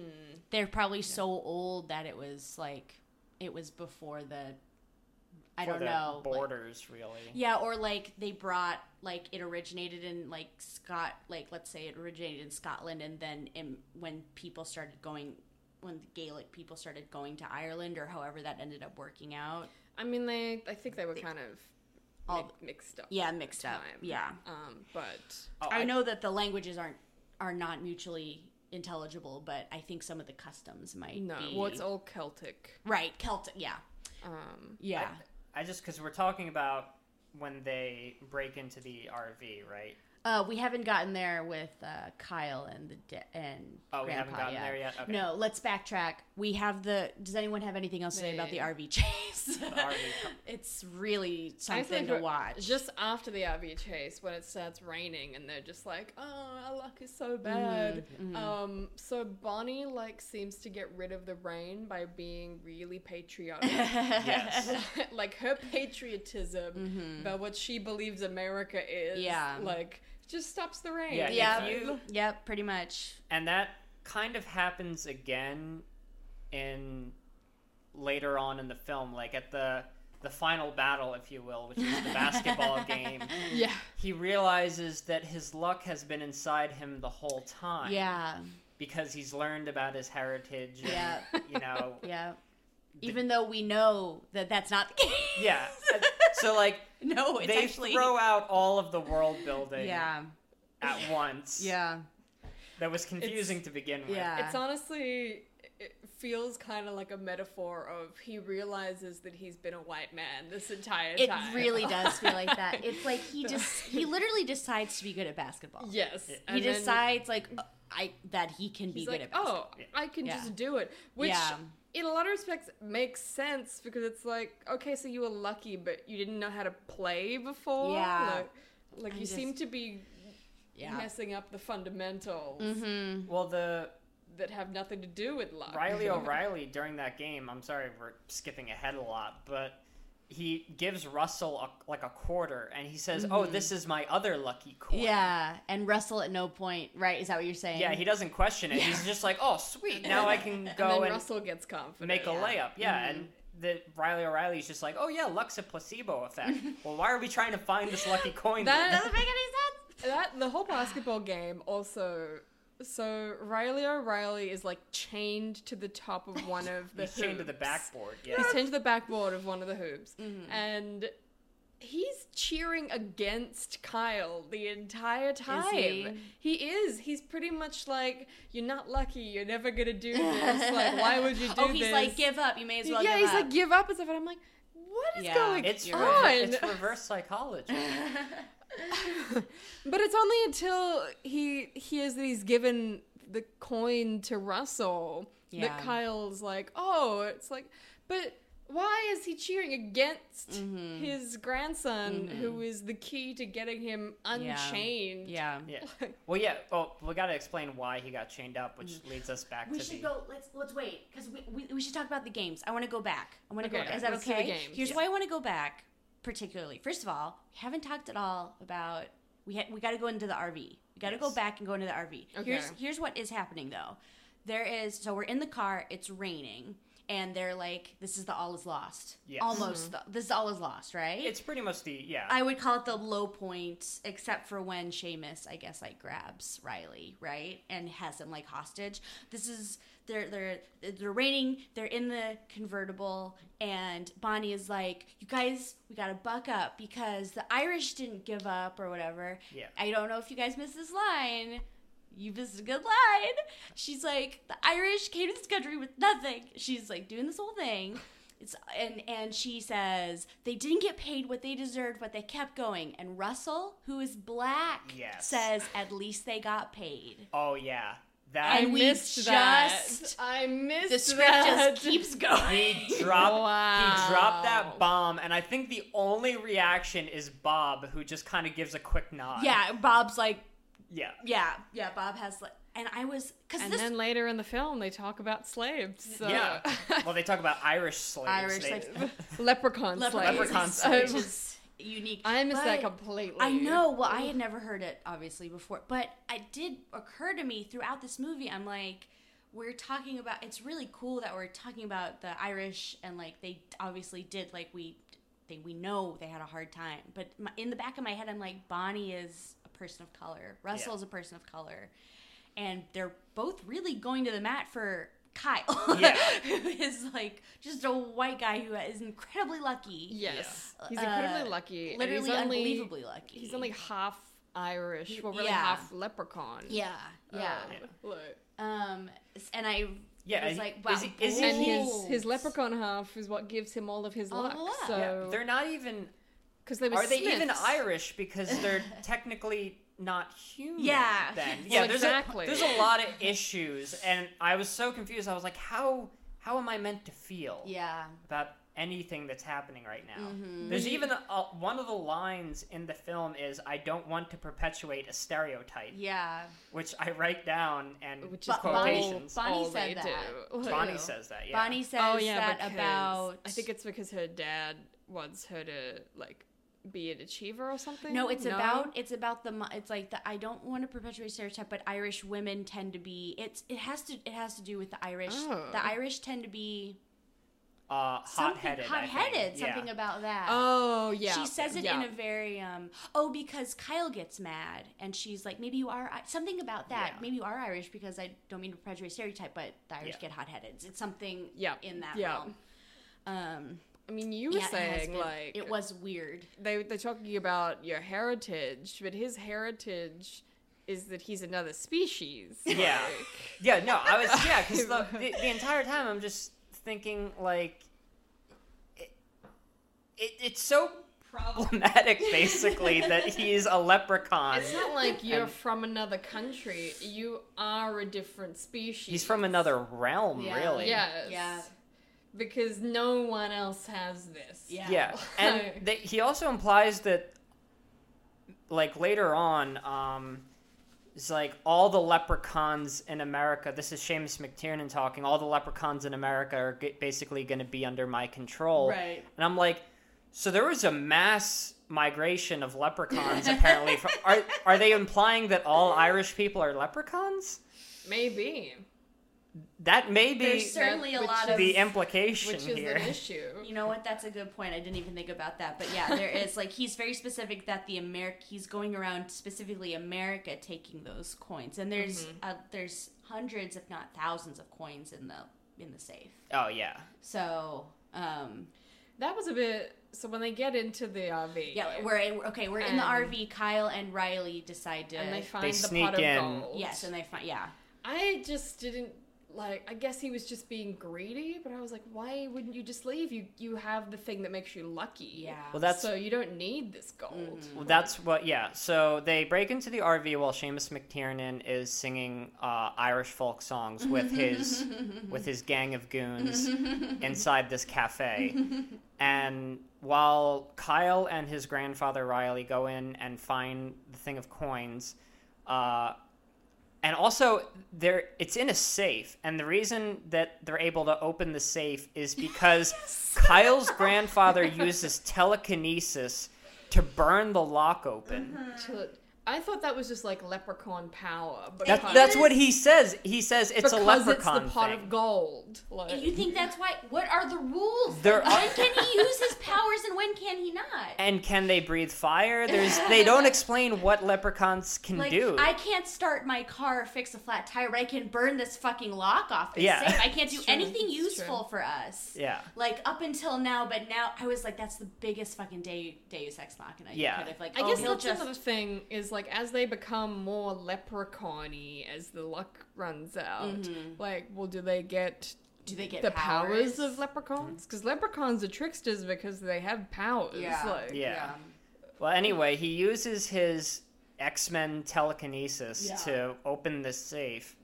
C: They're probably so old that it was like it was before the. I
D: for
C: don't
D: the
C: know. like-
D: borders really.
C: Yeah, or like they brought like it originated in like Scot like let's say it originated in Scotland and then in, when people started going when the Gaelic people started going to Ireland or however that ended up working out.
B: I mean they I think they were kind of
C: All-
B: mi- mixed up.
C: Yeah,
B: at the
C: mixed up.
B: time.
C: Yeah.
B: Um but
D: Oh,
C: I, know that the languages aren't are not mutually intelligible, but I think some of the customs might
B: no,
C: be
B: well it's all Celtic.
C: right, Celtic, yeah.
B: Um
C: Yeah.
D: I just because we're talking about when they break into the RV, right?
C: Uh, we haven't gotten there with uh, Kyle and the de- and
D: Oh,
C: Grandpa
D: we haven't gotten
C: yet.
D: there yet? Okay.
C: No, let's backtrack. We have the. Does anyone have anything else to say about the
B: Yeah.
C: RV chase?
D: RV.
C: it's really
B: I think
C: something to
B: we're-
C: watch.
B: Just after the RV chase, when it starts raining, and they're just like, "Oh, our luck is so bad."
C: Mm-hmm,
B: Um, so Bonnie like seems to get rid of the rain by being really patriotic.
D: yes.
B: like her patriotism about what she believes America is,
C: Mm-hmm. Yeah.
B: like just stops the rain.
D: Yeah,
C: yeah.
D: If you-
C: Yep. Pretty much.
D: And that kind of happens again in later on in the film, like at the the final battle, if you will, which is the basketball game.
B: yeah.
D: He realizes that his luck has been inside him the whole time.
C: Yeah.
D: Because he's learned about his heritage. And,
C: Yeah.
D: You know.
C: Yeah. Even though we know that that's not the case.
D: yeah. So like
C: No, it's
D: they
C: actually.
D: throw out all of the world building
C: yeah.
D: at once.
C: Yeah.
D: That was confusing to begin with.
C: Yeah.
B: It's honestly, it feels kind of like a metaphor of he realizes that he's been a white man this entire
C: It
B: time.
C: really does feel like that. It's like he just he literally decides to be good at basketball.
B: Yes.
C: He
B: and then-
C: decides like uh, I that he can be
B: He's
C: good
B: like,
C: at basketball.
B: oh, I can
C: Yeah.
B: just do it. Which,
C: Yeah.
B: in a lot of respects, makes sense because it's like, okay, so you were lucky, but you didn't know how to play before.
C: Yeah.
B: Like, like, you
C: just-
B: seem to be
C: yeah. Mm-hmm.
B: messing up the fundamentals
C: Hmm.
D: Well, the
B: that have nothing to do with luck.
D: Riley O'Reilly during that game, I'm sorry we're skipping ahead a lot, but he gives Russell a, like a quarter and he says, "Oh, this is my other lucky quarter."
C: Yeah, and Russell at no point, right? Is that what you're saying?
D: Yeah, he doesn't question it. He's just like, "Oh, sweet. Now I can
B: and
D: go
B: then
D: and
B: Russell gets confident.
D: make a layup." Yeah, and the Riley O'Reilly's just like, "Oh yeah, luck's a placebo effect." well, why are we trying to find this lucky coin?
B: That-
D: then?
C: doesn't make any sense.
B: that the whole basketball game also so Riley O'Reilly is like chained to the top of one of the
D: He's chained to the
B: hoops.
D: backboard. Yeah.
B: He's chained to the backboard of one of the hoops,
C: Mm-hmm.
B: and he's cheering against Kyle the entire time.
C: he?
B: He is. He's pretty much like, "You're not lucky. You're never gonna do this. like, why would you do
C: oh, he's
B: this?"
C: like, give up. You may as well.
B: yeah,
C: give
B: he's
C: up.
B: like, "Give up" and stuff. And I'm like, "What is
C: Yeah.
B: going
D: It's
B: on?"
D: reverse, it's reverse psychology.
B: But it's only until he hears that he's given the coin to Russell
C: Yeah.
B: that Kyle's like, oh, it's like, but why is he cheering against
C: Mm-hmm.
B: his grandson, who is the key to getting him unchained?
C: yeah.
D: Yeah. Well, yeah. Well, we got to explain why he got chained up, which leads us back
C: We
D: to
C: should
D: the.
C: go. Let's let's wait because we, we we should talk about the games. I want to go back. I want to
B: Okay,
C: go. Is that
B: let's do the
C: okay?
B: games.
C: Here's
B: Yeah.
C: why I want to go back. Particularly, first of all, we haven't talked at all about we ha- we got to go into the RV. We got to go
D: Yes.
C: back and go into the RV. Here's
B: Okay.
C: here's what is happening though. There is so we're in the car. It's raining. and they're like, "This is the all is lost."
D: Yes.
B: Mm-hmm.
C: Almost, the, this is all is lost, right?
D: It's pretty much the yeah.
C: I would call it the low point, except for when Seamus, I guess, like grabs Riley, right, and has him like hostage. This is they're they're they're raining. They're in the convertible, and Bonnie is like, "You guys, we gotta buck up because the Irish didn't give up or whatever."
D: Yeah.
C: I don't know if you guys missed this line. You missed a good line. She's like, "The Irish came to this country with nothing." She's like doing this whole thing. It's, and and she says they didn't get paid what they deserved, but they kept going. And Russell, who is black,
D: Yes.
C: says at least they got paid.
D: oh yeah,
B: I
D: that
C: And we
B: missed
C: just-
B: that. I missed
C: The script
B: that.
C: just keeps going.
D: he dropped. He
B: Wow.
D: dropped that bomb, and I think the only reaction is Bob, who just kind of gives a quick nod.
C: Yeah, Bob's like,
D: yeah.
C: yeah, yeah. Bob has like, and I was because
B: and
C: this
B: then later in the film, they talk about slaves. So.
D: Yeah. well, they talk about Irish slaves.
C: Irish
D: They-
C: slaves.
B: leprechaun slaves.
C: leprechaun,
D: Leprechaun
C: is-
D: slaves.
C: which is unique.
B: I missed that
C: But-
B: completely.
C: I know. Well, I had never heard it obviously before, but it did occur to me throughout this movie. I'm like, we're talking about. It's really cool that we're talking about the Irish and like they obviously did. Like we, they we know they had a hard time, but my, in the back of my head, I'm like, Bonnie is a person of color. Russell's a person of color, and they're both really going to the mat for. Kyle,
D: Yeah.
C: who is like just a white guy who is incredibly lucky.
B: Yes,
C: Yeah.
B: he's incredibly
C: Uh,
B: lucky. and
C: literally
B: he's only,
C: unbelievably lucky.
B: He's only half Irish. Well, really
C: Yeah.
B: half leprechaun. Uh,
C: yeah, yeah.
D: Yeah.
B: Look.
C: Um, s- and I
D: Yeah,
C: was
D: and
C: like, wow,
D: is he- is he-
B: And his
C: bold.
B: his leprechaun half is what gives him all of his
C: All
B: luck.
C: the luck.
D: Yeah,
B: So
D: They're not even.
B: because they were
D: Are they even
B: Smiths.
D: Irish? Because they're technically not human.
C: Yeah.
D: Then.
C: Well,
D: Yeah. there's a-
B: exactly.
D: there's a lot of issues, and I was so confused. I was like, how how am I meant to feel?
C: yeah,
D: about anything that's happening right now.
C: Mm-hmm.
D: There's even a, a- one of the lines in the film is "I don't want to perpetuate a stereotype,"
C: yeah,
D: which I write down and
B: Which is
C: But Bonnie,
D: quotations.
C: Bonnie
B: all
C: said
B: they
C: that.
B: do.
C: too.
D: Bonnie says that. Yeah.
C: Bonnie says
B: Oh yeah,
C: that
B: because-
C: about.
B: I think it's because her dad wants her to like be an achiever or something.
C: no, it's about it's about the mo- it's like the I don't want to perpetuate stereotype, but Irish women tend to be it's it has to it has to do with the Irish.
B: Oh.
C: The Irish tend to be
D: Uh,
C: something
D: hot-headed. I think.
C: hot-headed,
D: Yeah.
C: something about that.
B: Oh yeah,
C: She says it
B: yeah.
C: in a very um oh because Kyle gets mad and she's like maybe you are I- something about that
D: Yeah.
C: maybe you are Irish because I don't mean to perpetuate stereotype but the Irish
D: Yeah.
C: get hot headed it's something
B: Yeah.
C: in that
B: Yeah.
C: realm um
B: I mean, you were
C: yeah, it has
B: saying
C: been-
B: like
C: it was weird
B: they they're talking about your heritage, but his heritage is that he's another species.
D: Yeah. Yeah. No, I was. Yeah, because the, the the entire time I'm just thinking like, it, it it's so problematic basically that he's a leprechaun.
B: It's not like you're
D: And-
B: from another country. You are a different species.
D: He's from another realm,
C: Yeah.
D: really.
B: Yes.
C: Yeah.
B: Because no one else has this.
D: Yeah, and they, he also implies that, like later on, um, it's like all the leprechauns in America. This is Seamus McTiernan talking. All the leprechauns in America are g- basically going to be under my control.
C: Right.
D: And I'm like, so there was a mass migration of leprechauns apparently. From, are are they implying that all Irish people are leprechauns?
B: Maybe.
D: That may be
C: There's certainly a
B: which
C: lot
B: is-
C: of
D: the implication
B: Which is
D: here.
B: an issue.
C: You know what? That's a good point. I didn't even think about that. But yeah, there is like he's very specific that the America he's going around specifically America taking those coins, and there's
B: Mm-hmm.
C: uh, there's hundreds, if not thousands, of coins in the in the safe.
D: oh yeah,
C: So um,
B: That was a bit. So when they get into the RV.
C: yeah, we're in, okay. We're in the
B: And-
C: RV. Kyle and Riley decide to
B: and they find
D: They
B: the
D: sneak
B: pot
D: in.
B: of gold.
C: yes, and they find yeah.
B: I just didn't like. I guess he was just being greedy, but I was like, why wouldn't you just leave? You you have the thing that makes you lucky.
C: Yeah. Mm-hmm.
D: well that's
B: so you don't need this gold.
D: Well, Mm-hmm. that's what, yeah. So they break into the RV while Seamus McTiernan is singing uh, Irish folk songs with his with his gang of goons inside this cafe, and while Kyle and his grandfather Riley go in and find the thing of coins, uh, and also there it's in a safe, and the reason that they're able to open the safe is because Kyle's grandfather uses telekinesis to burn the lock open.
B: Mm-hmm. Till it- I thought that was just like leprechaun power. But
D: That,
B: kind
D: that's
B: of-
D: what he says. He says it's
B: because
D: a leprechaun
B: it's the pot
D: thing.
B: of gold. Like,
C: You think that's why? What are the rules?
D: There are-
C: when can he use his powers and when can he not?
D: and can they breathe fire? There's they don't explain what leprechauns can
C: Like
D: do.
C: I can't start my car, fix a flat tire, but I can burn this fucking lock off this
D: Yeah.
C: safe. I can't do
B: It's true.
C: anything
B: It's
C: useful for us.
D: Yeah.
C: Like up until now, but now I was like, that's the biggest fucking day Deus Ex Machina. you
D: Yeah.
C: could have, like,
B: I
C: oh,
B: guess
C: he'll
B: that's
C: just
B: another thing is like as they become more leprechaun-y as the luck runs out,
C: Mm-hmm.
B: like, well, do they get
C: do they get
B: the powers, of leprechauns? Because Mm. leprechauns are tricksters because they have powers.
C: Yeah.
B: Like,
D: Yeah. Well, anyway, he uses his X Men telekinesis
C: Yeah.
D: to open this safe,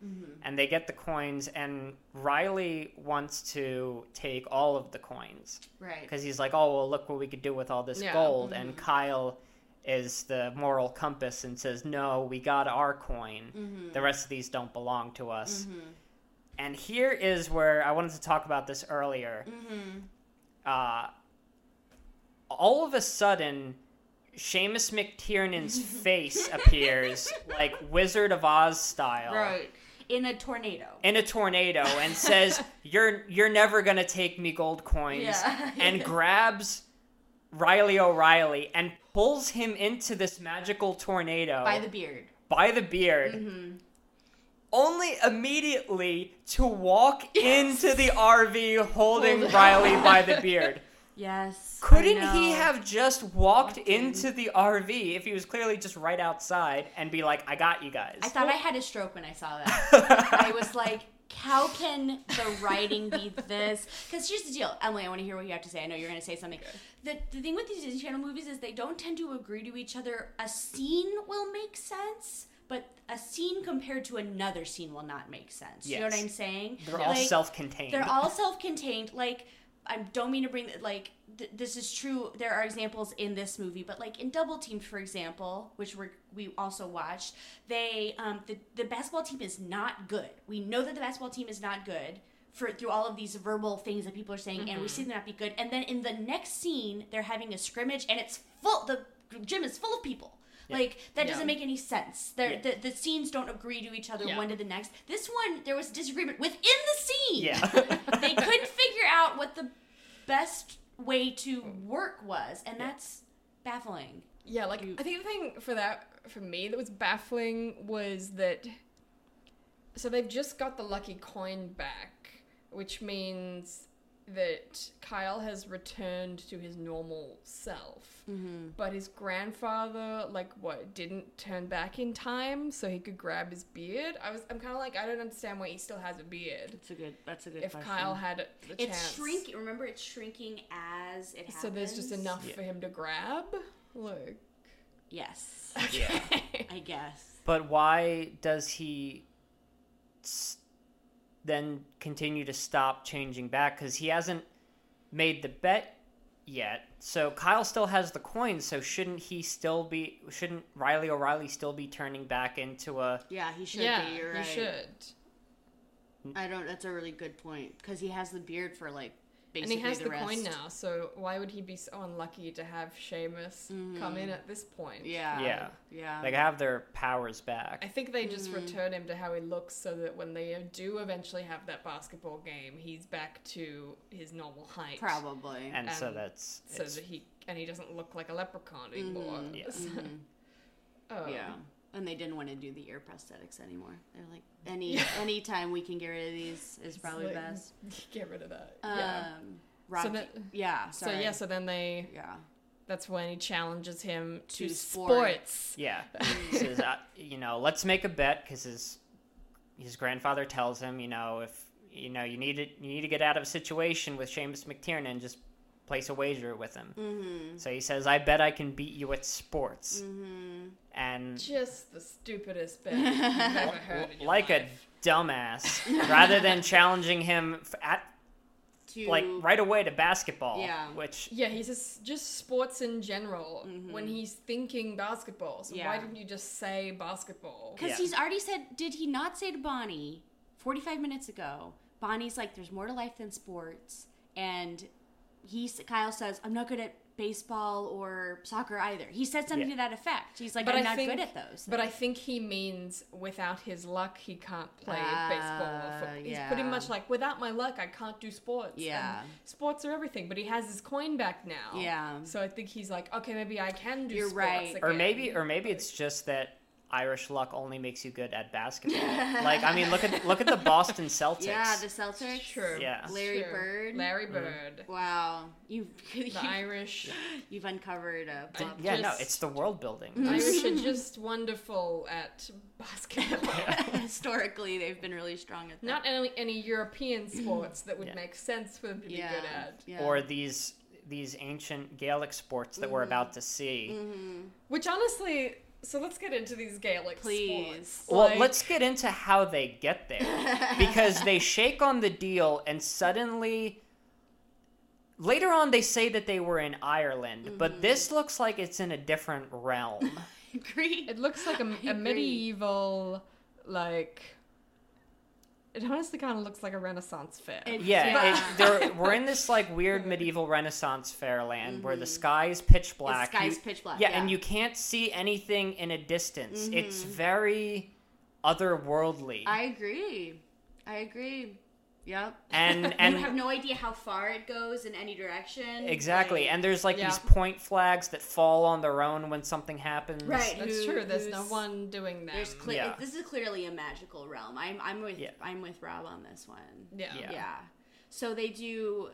D: and they get the coins. And Riley wants to take all of the coins
C: Right.
D: because he's like, "Oh, well, look what we could do with all this
B: Yeah. Mm-hmm.
D: gold." And Kyle is the moral compass and says, "No, we got our coin.
B: Mm-hmm.
D: The rest of these don't belong to us." And here is where I wanted to talk about this earlier.
B: Mm-hmm.
D: Uh, all of a sudden, Seamus McTiernan's face appears, like Wizard of Oz style,
B: Right.
C: In a tornado.
D: in a tornado, and says, "You're you're never gonna take me gold coins,"
C: Yeah.
D: and grabs Riley O'Reilly and pulls him into this magical tornado
C: By the Mm-hmm. beard.
D: by the beard. Only immediately to walk into the RV holding Riley by the beard.
C: Yes. I
D: Couldn't he
C: know.
D: have just walked into the RV if he was clearly just right outside and be like, I got you guys?
C: I thought I had a stroke when I saw that. I was like, how can the writing be this? Because here's the deal, Emily. I want to hear what you have to say. I know you're going to say something. The, the thing with these Disney Channel movies is they don't tend to agree to each other. A scene will make sense, but a scene compared to another scene will not make sense. You know what
D: Yes.
C: I'm saying?
D: They're all
C: Like,
D: self contained.
C: they're all self-contained like i don't mean to bring like th- this is true there are examples in this movie but like in double teamed for example which we're, we also watched they um the, the basketball team is not good we know that the basketball team is not good for through all of these verbal things that people are saying and we see them not be good and then in the next scene they're having a scrimmage and it's full the gym is full of people like that
B: Yeah.
C: doesn't make any sense. They're,
D: Yeah.
C: the, the scenes don't agree to each other
B: Yeah.
C: one to the next. This one, there was disagreement within the scene
D: yeah.
C: they couldn't figure out what the best way to work was, and that's baffling.
B: Yeah, like I think the thing for that for me that was baffling was that so they've just got the lucky coin back, which means that Kyle has returned to his normal self.
C: Mm-hmm.
B: But his grandfather like what didn't turn back in time so he could grab his beard. I was I'm kind of like I don't understand why he still has a beard
C: That's a good. That's a good.
B: if Kyle had the
C: it's
B: chance.
C: shrinking. Remember, it's shrinking as it happens.
B: so there's just enough
D: Yeah.
B: for him to grab. Like
C: Yes,
D: yeah.
C: I guess.
D: But why does he s- then continue to stop changing back? Because he hasn't made the bet yet. So Kyle still has the coins. So shouldn't he still be? Shouldn't Riley O'Reilly still be turning back into a?
E: Yeah, he should
B: yeah,
E: be. You're
B: you
E: right.
B: should.
E: I don't. That's a really good point because he has the beard for like
B: And
E: basically
B: he has
E: the,
B: the,
E: rest.
B: coin now, so why would he be so unlucky to have Seamus come in at this point?
E: Mm-hmm. Yeah.
D: Yeah.
E: Yeah.
D: Like have their powers
B: Um, I
D: back.
B: think they just
E: Mm-hmm.
B: return him to how he looks so that when they do eventually have that basketball game, he's back to his normal height.
E: Probably.
D: And so
B: um,
D: that's
B: So
D: it's-
B: that he and he doesn't look like a leprechaun anymore.
D: Yeah.
B: So- Oh.
E: Mm-hmm. yeah. And they didn't want to do the ear prosthetics anymore. They're like, any any time we can get rid of these is probably
B: like-
E: best.
B: Get rid of that.
E: Um,
B: yeah.
E: Rocky.
B: that-
E: yeah.
B: So
E: Sorry.
B: yeah, so then they
E: Yeah.
B: that's when he challenges him to,
E: To
B: sports.
E: sports.
D: Yeah, he says, uh, you know, let's make a bet because his his grandfather tells him, you know, if you know you need to you need to get out of a situation with Seamus McTiernan, just place a wager with him. Mm-hmm. So he says, I bet I can beat you at sports, mm-hmm. and
B: Just the stupidest bet you've ever heard in your
D: like
B: life.
D: a dumbass, rather than challenging him f- at
E: To
D: like right away to basketball,
E: Yeah.
D: which
B: Yeah, he says just sports in general
C: Mm-hmm.
B: when he's thinking basketball. So why
E: Yeah.
B: didn't you just say basketball?
E: Yeah.
C: Because he's already said, did he not say to Bonnie 45 minutes ago? Bonnie's like, there's more to life than sports. And he s- Kyle says, "I'm not good at baseball or soccer either." He said something
D: Yeah.
C: to that effect. He's like,
B: But
C: "I'm
B: I
C: not
B: think-
C: good at those."
B: But I think he means without his luck, he can't play
C: Ah,
B: baseball or football. He's pretty
C: yeah.
B: much like, without my luck, I can't do sports. And
C: Yeah.
B: sports are everything, but he has his coin back now.
C: Yeah.
B: So I think he's like, okay, maybe I can do
C: You're
B: sports.
C: right.
D: Or
B: again."
D: maybe, or maybe it's just that Irish luck only makes you good at basketball. like, I mean, look at look at the Boston Celtics.
C: yeah, the Celtics.
B: True.
D: Yeah. Mm.
C: Larry
B: True.
C: Bird.
B: Larry Bird.
C: Wow, you've
B: The Irish.
C: you've uncovered a
B: I-
C: Bob.
D: yeah, no,
B: Just-
D: it's the world building.
C: Mm-hmm.
B: Irish are just wonderful at basketball.
C: Historically, they've been really strong at that.
B: Not any, any European sports that would
D: Yeah.
B: make sense for them to
C: yeah.
B: be good at.
C: yeah. Mm-hmm.
D: Or these these ancient Gaelic sports that we're about to see.
B: Which honestly, so let's get into these Gaelic
C: Please.
B: sports.
D: Well,
B: Like-
D: let's get into how they get there because they shake on the deal and suddenly later on they say that they were in Ireland, but
C: Mm-hmm.
D: this looks like it's in a different realm.
C: agree.
B: It looks like a, a
C: agree.
B: medieval, like. It honestly kind of looks like a Renaissance fair.
C: It-
D: Yeah,
C: Yeah.
D: it, there, we're in this like weird medieval Renaissance fair land where the sky is pitch black.
C: sky's
D: You-
C: pitch black,
D: Yeah,
C: yeah.
D: and you can't see anything in a distance. It's very otherworldly.
C: I agree. I agree. Yep.
D: and
C: you have
D: and
C: no idea how far it goes in any direction.
D: exactly,
C: Like,
D: and there's like
B: Yeah.
D: these point flags that fall on their own when something happens.
C: Right.
B: That's
C: who-
B: true. There's no
C: who's-
B: one doing that.
C: There's cle-
D: Yeah.
C: this is clearly a magical realm. I'm I'm with
D: Yeah.
C: I'm with Rob on this one.
B: yeah.
D: Yeah.
C: Yeah. So they do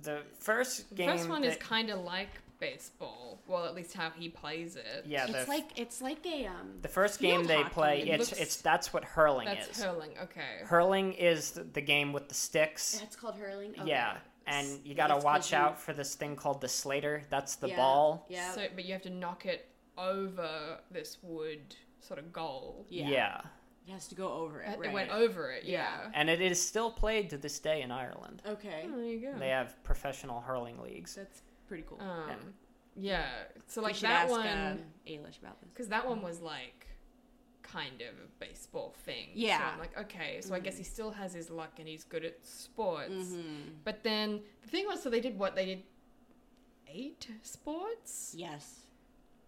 D: The first
B: The
D: game.
B: First one is
D: that-
B: kind of like baseball. Well, at least how he plays it.
D: yeah. The,
C: it's like it's like a um
D: the first game
C: field
D: they
C: hockey.
D: play.
C: It
D: It's
B: looks-
D: it's that's what hurling
B: That's
D: is.
B: hurling. Okay.
D: Hurling is the, the game with the sticks.
C: that's called hurling. Okay.
D: Yeah, and you gotta
C: That's 'cause
D: watch
C: you-
D: out for this thing called the Slater. That's the
C: Yeah.
D: ball.
C: Yeah.
B: So, but you have to knock it over this wood sort of goal. Uh,
C: yeah.
D: Yeah.
C: It has to go over it,
B: It-
C: right?
B: It went over it.
C: Yeah.
B: Yeah.
D: and it is still played to this day in Ireland.
C: Okay.
B: Oh, there you go.
D: They have professional hurling leagues.
C: Hmm. That's pretty cool.
B: Um,
D: Yeah.
B: yeah. So
C: we
B: like
C: should
B: that
C: ask
B: one.
C: um, Ailish about this.
B: Because that one was like kind of a baseball thing.
C: Yeah. Mm-hmm.
B: So I'm like, okay, so I guess he still has his luck and he's good at sports. But then the thing was, so they did what? They did eight sports?
C: Yes.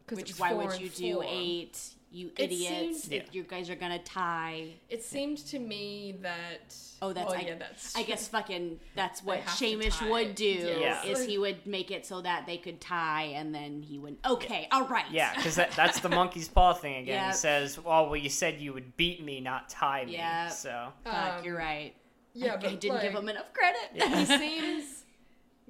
B: 'Cause it
C: Which
B: was
C: why
B: four
C: would
B: and
C: you do
B: four.
C: eight? You
B: It
C: idiots!
D: seemed-
C: You guys are gonna tie.
B: It seemed to me that.
C: Oh, that's
B: well,
C: I,
B: yeah, that's.
C: I guess fucking that's what
B: have to
C: Shamish
B: tie.
C: would do
B: Yes.
D: Yeah.
C: is he would make it so that they could tie and then he would okay all right
D: Yeah, because that, that's the monkey's paw thing again.
C: Yep.
D: It says, "Well, well, you said you would beat me, not tie me."
C: Yep.
D: So
C: Fuck,
B: Um,
C: you're right
B: Yeah,
C: I,
B: but
C: I didn't give
B: like,
C: him enough credit
B: he seems.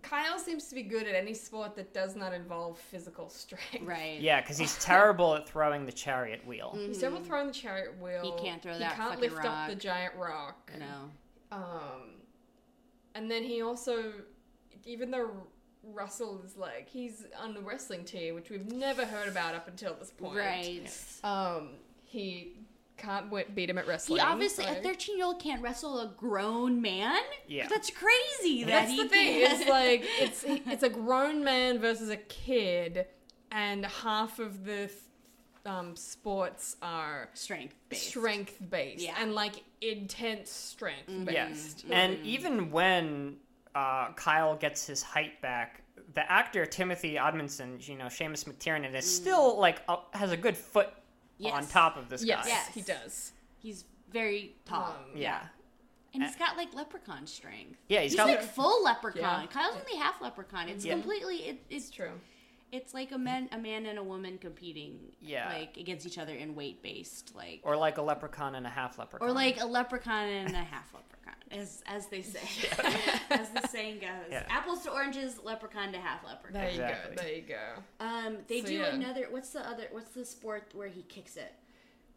B: Kyle seems to be good at any sport that does not involve physical strength.
C: right
D: yeah, because he's terrible at throwing the chariot
C: Mm.
D: wheel.
B: He's never thrown the chariot wheel.
C: Mm-hmm. He can't throw that
B: He can't
C: fucking
B: lift
C: rock.
B: up the giant rock.
C: no
B: Um, and then he also, even though Russell is like he's on the wrestling team, which we've never heard about up until this point.
C: right
B: Um, he can't w- beat him at
C: he
B: wrestling.
C: obviously a
B: like-
C: 13 year old can't wrestle a grown man
D: Yeah.
C: that's crazy that
B: That's
C: he
B: the thing.
C: can't.
B: It's like it's it's a grown man versus a kid, and half of the th- um, sports are
C: strength based.
B: strength based
C: Yeah. Mm-hmm.
B: and like intense strength based.
D: Yes, and even when uh, Kyle gets his height back, the actor Timothy Odmanson, you know, Seamus McTiernan, is still like up, has a good foot on
C: Mm. Yes.
D: top of this
B: Yes,
D: guy.
C: Yes.
B: he does.
C: he's very tall
B: Um,
D: Yeah.
C: and
D: Uh,
C: he's got like leprechaun strength
D: Yeah,
C: he's,
D: he's got-
C: like full leprechaun
B: Yeah.
C: Kyle's only half leprechaun it's
D: Yeah.
C: completely it, it's
B: True.
C: It's like a man, a man and a woman competing,
D: Yeah.
C: like against each other in weight based, like or,
D: Or like a leprechaun and a half leprechaun.
C: like a leprechaun and a half leprechaun, as as they say, as the saying goes.
D: Yeah.
C: Apples to oranges, leprechaun to half leprechaun.
B: There
D: Exactly.
B: you go. There you go.
C: Um, they
B: So,
C: do
B: yeah.
C: another. What's the other? What's the sport where he kicks it?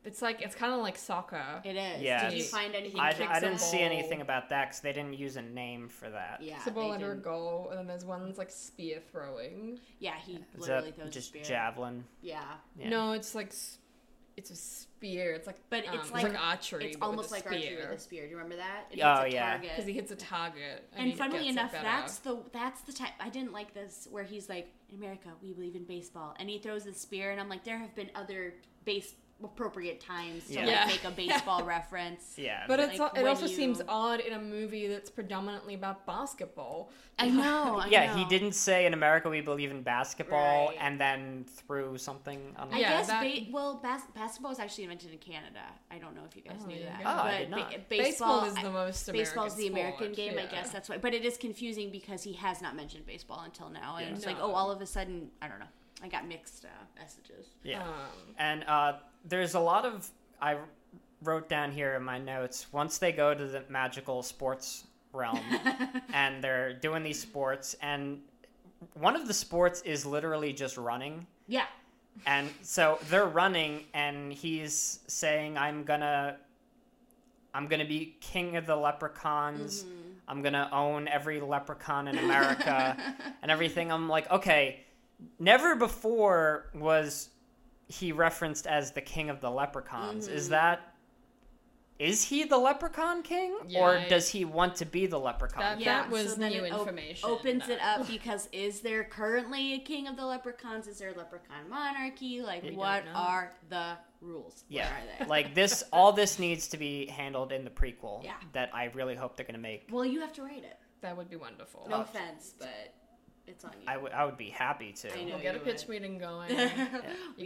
B: It's like it's kind of like soccer.
C: It is.
D: Yeah,
C: Did you
D: it's-
C: find anything?
D: I,
C: he kicks
D: I
C: it?
D: didn't see
B: ball.
D: anything about that because they didn't use a name for that.
C: Yeah,
B: it's a ball
C: they
B: under a
C: didn't.
B: goal, and then there's one that's like spear throwing.
C: Yeah, he
D: Is
C: literally
D: that
C: throws
D: just
C: a spear.
D: javelin?
C: Yeah,
D: Yeah.
B: No, it's like s- it's a spear. It's like
C: but
B: um,
C: it's like,
B: archery.
C: It's
B: but with
C: almost
B: a
C: like archery with
B: spear.
C: a spear. Do you remember that? It
D: Oh,
C: hits a
D: yeah.
C: target.
B: because he hits a target.
C: and
B: he
C: funnily
B: gets it
C: enough
B: better.
C: that's the that's the type i didn't like this where he's like in america we believe in baseball and he throws the spear and i'm like there have been other base appropriate times to
D: Yeah.
C: like,
B: Yeah.
C: make a baseball reference.
D: Yeah,
B: But
D: th-
B: it's
C: Like,
B: al- it
C: when
B: also seems
C: you-
B: odd in a movie that's predominantly about basketball.
C: I know. I
D: yeah, he
C: know.
D: didn't say in America we believe in basketball,
C: Right.
D: and then threw something. On
C: I
B: Yeah,
C: guess
B: that-
C: ba- well, bas- basketball was actually invented in Canada. I don't know if you guys
B: Oh,
C: knew
B: there
C: that.
B: you
D: go. Oh, I did
C: but
D: not.
C: ba-
B: Baseball,
C: baseball
B: is the most American
C: baseball is the American
B: sport,
C: game, I
B: yeah.
C: guess that's why. But it is confusing because he has not mentioned baseball until now, and
D: Yeah.
C: it's like,
B: No.
C: oh, all of a sudden, I don't know. I got mixed uh, messages.
D: yeah,
B: Um,
D: and uh, there's a lot of I wrote down here in my notes. Once they go to the magical sports realm, and they're doing these sports, and one of the sports is literally just running.
C: Yeah,
D: And so they're running, and he's saying, "I'm gonna, I'm gonna be king of the leprechauns. I'm gonna own every leprechaun in America, and everything." I'm like, okay, never before was he referenced as the king of the leprechauns. Is that? Is he the leprechaun king,
B: Yeah,
D: or
B: I-
D: does he want to be the leprechaun?
B: That-
D: king?
C: yeah.
B: was
C: so then
B: new
C: it op-
B: information
C: opens it
B: that-
C: up because is there currently a king of the leprechauns? Is there a leprechaun monarchy? Like,
B: don't
C: what
B: know.
C: are the rules?
D: Yeah.
C: Where are they?
D: like this all this needs to be handled in the prequel
C: Yeah.
D: that I really hope they're going to make.
C: well, you have to rate it.
B: that would be wonderful.
C: No
D: Oh.
C: offense, but it's on you.
D: I would I would be happy to.
C: I know.
B: We'll get a
C: you
B: pitch
C: would.
B: meeting going.
C: we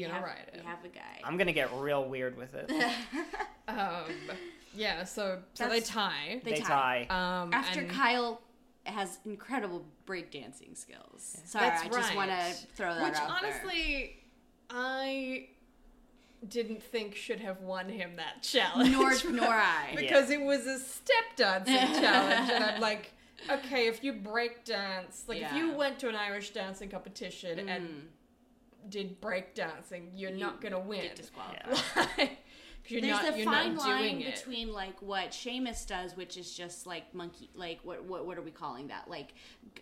B: gonna
C: have,
B: write it.
C: We have a guy.
D: I'm going to get real weird with it.
B: um, yeah, so so they
C: That's-
B: tie.
D: they
C: They
D: tie.
C: tie.
B: um,
C: After
B: and-
C: Kyle has incredible breakdancing skills. Sorry,
B: That's
C: I
B: right.
C: just want to throw that
B: which
C: out there.
B: honestly, I didn't think should have won him that challenge.
C: nor nor I.
B: because it was a step dancing challenge, and I'm like, okay, if you break dance, like if you
C: Yeah. Mm.
B: went to an Irish dancing competition and did break dancing, you're not gonna win.
C: Get disqualified.
D: Yeah.
B: If you're
C: There's
B: not,
C: a
B: you're
C: fine
B: not
C: line
B: doing it.
C: between like what Seamus does, which is just like monkey, like what what what are we calling that? Like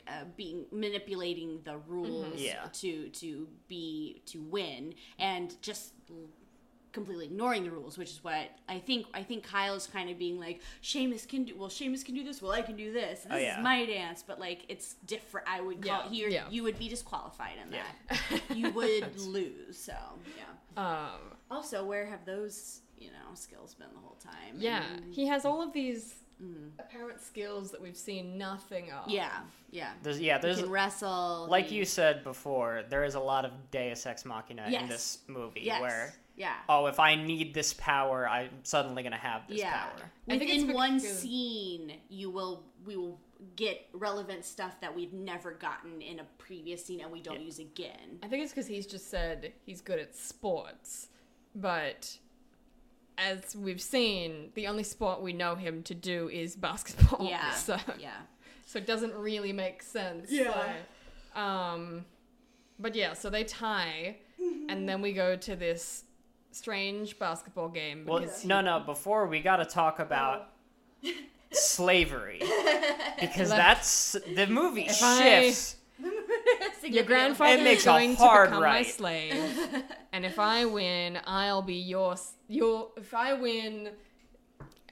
C: uh, being manipulating the rules
B: Mm-hmm.
D: Yeah.
C: to to be to win, and just completely ignoring the rules, which is what I think. I think Kyle's kind of being like Seamus can do. Well, Seamus can do this. Well, I can do this. This
D: Oh, yeah.
C: is my dance, but like it's different. I would call
B: Yeah,
C: here
B: yeah.
C: you would be disqualified in
D: Yeah.
C: that. you would lose. So yeah.
B: um,
C: Also, where have those, you know, skills been the whole time?
B: yeah,
C: And-
B: he has all of these apparent skills that we've seen nothing of.
C: Mm. yeah, yeah.
D: There's yeah,
C: He
D: there's
C: can wrestle.
D: like
C: he-
D: you said before, there is a lot of deus ex machina in
C: Yes.
D: this movie
C: Yes.
D: where
C: yeah.
D: oh, if I need this power, I'm suddenly going to have this
C: yeah.
D: power.
B: I think it's
C: Within one
B: because-
C: scene, you will we will get relevant stuff that we've never gotten in a previous scene, and we don't use again.
B: I think it's because he's just said he's good at sports, but as we've seen, the only sport we know him to do is basketball.
C: Yeah,
B: So,
C: yeah.
B: so it doesn't really make sense.
C: Yeah.
B: So, um, but yeah, so they tie,
C: Mm-hmm.
B: and then we go to this strange basketball game.
D: Well,
B: Because
D: no, no, before we got to talk about slavery because
B: Let-
D: that's the movie
B: If I-
D: shifts
B: your
D: It
B: grandfather
D: makes
B: is
D: a
B: going to
D: hard
B: become my
D: right.
B: slave, and if I win, I'll be your s- your. If I win,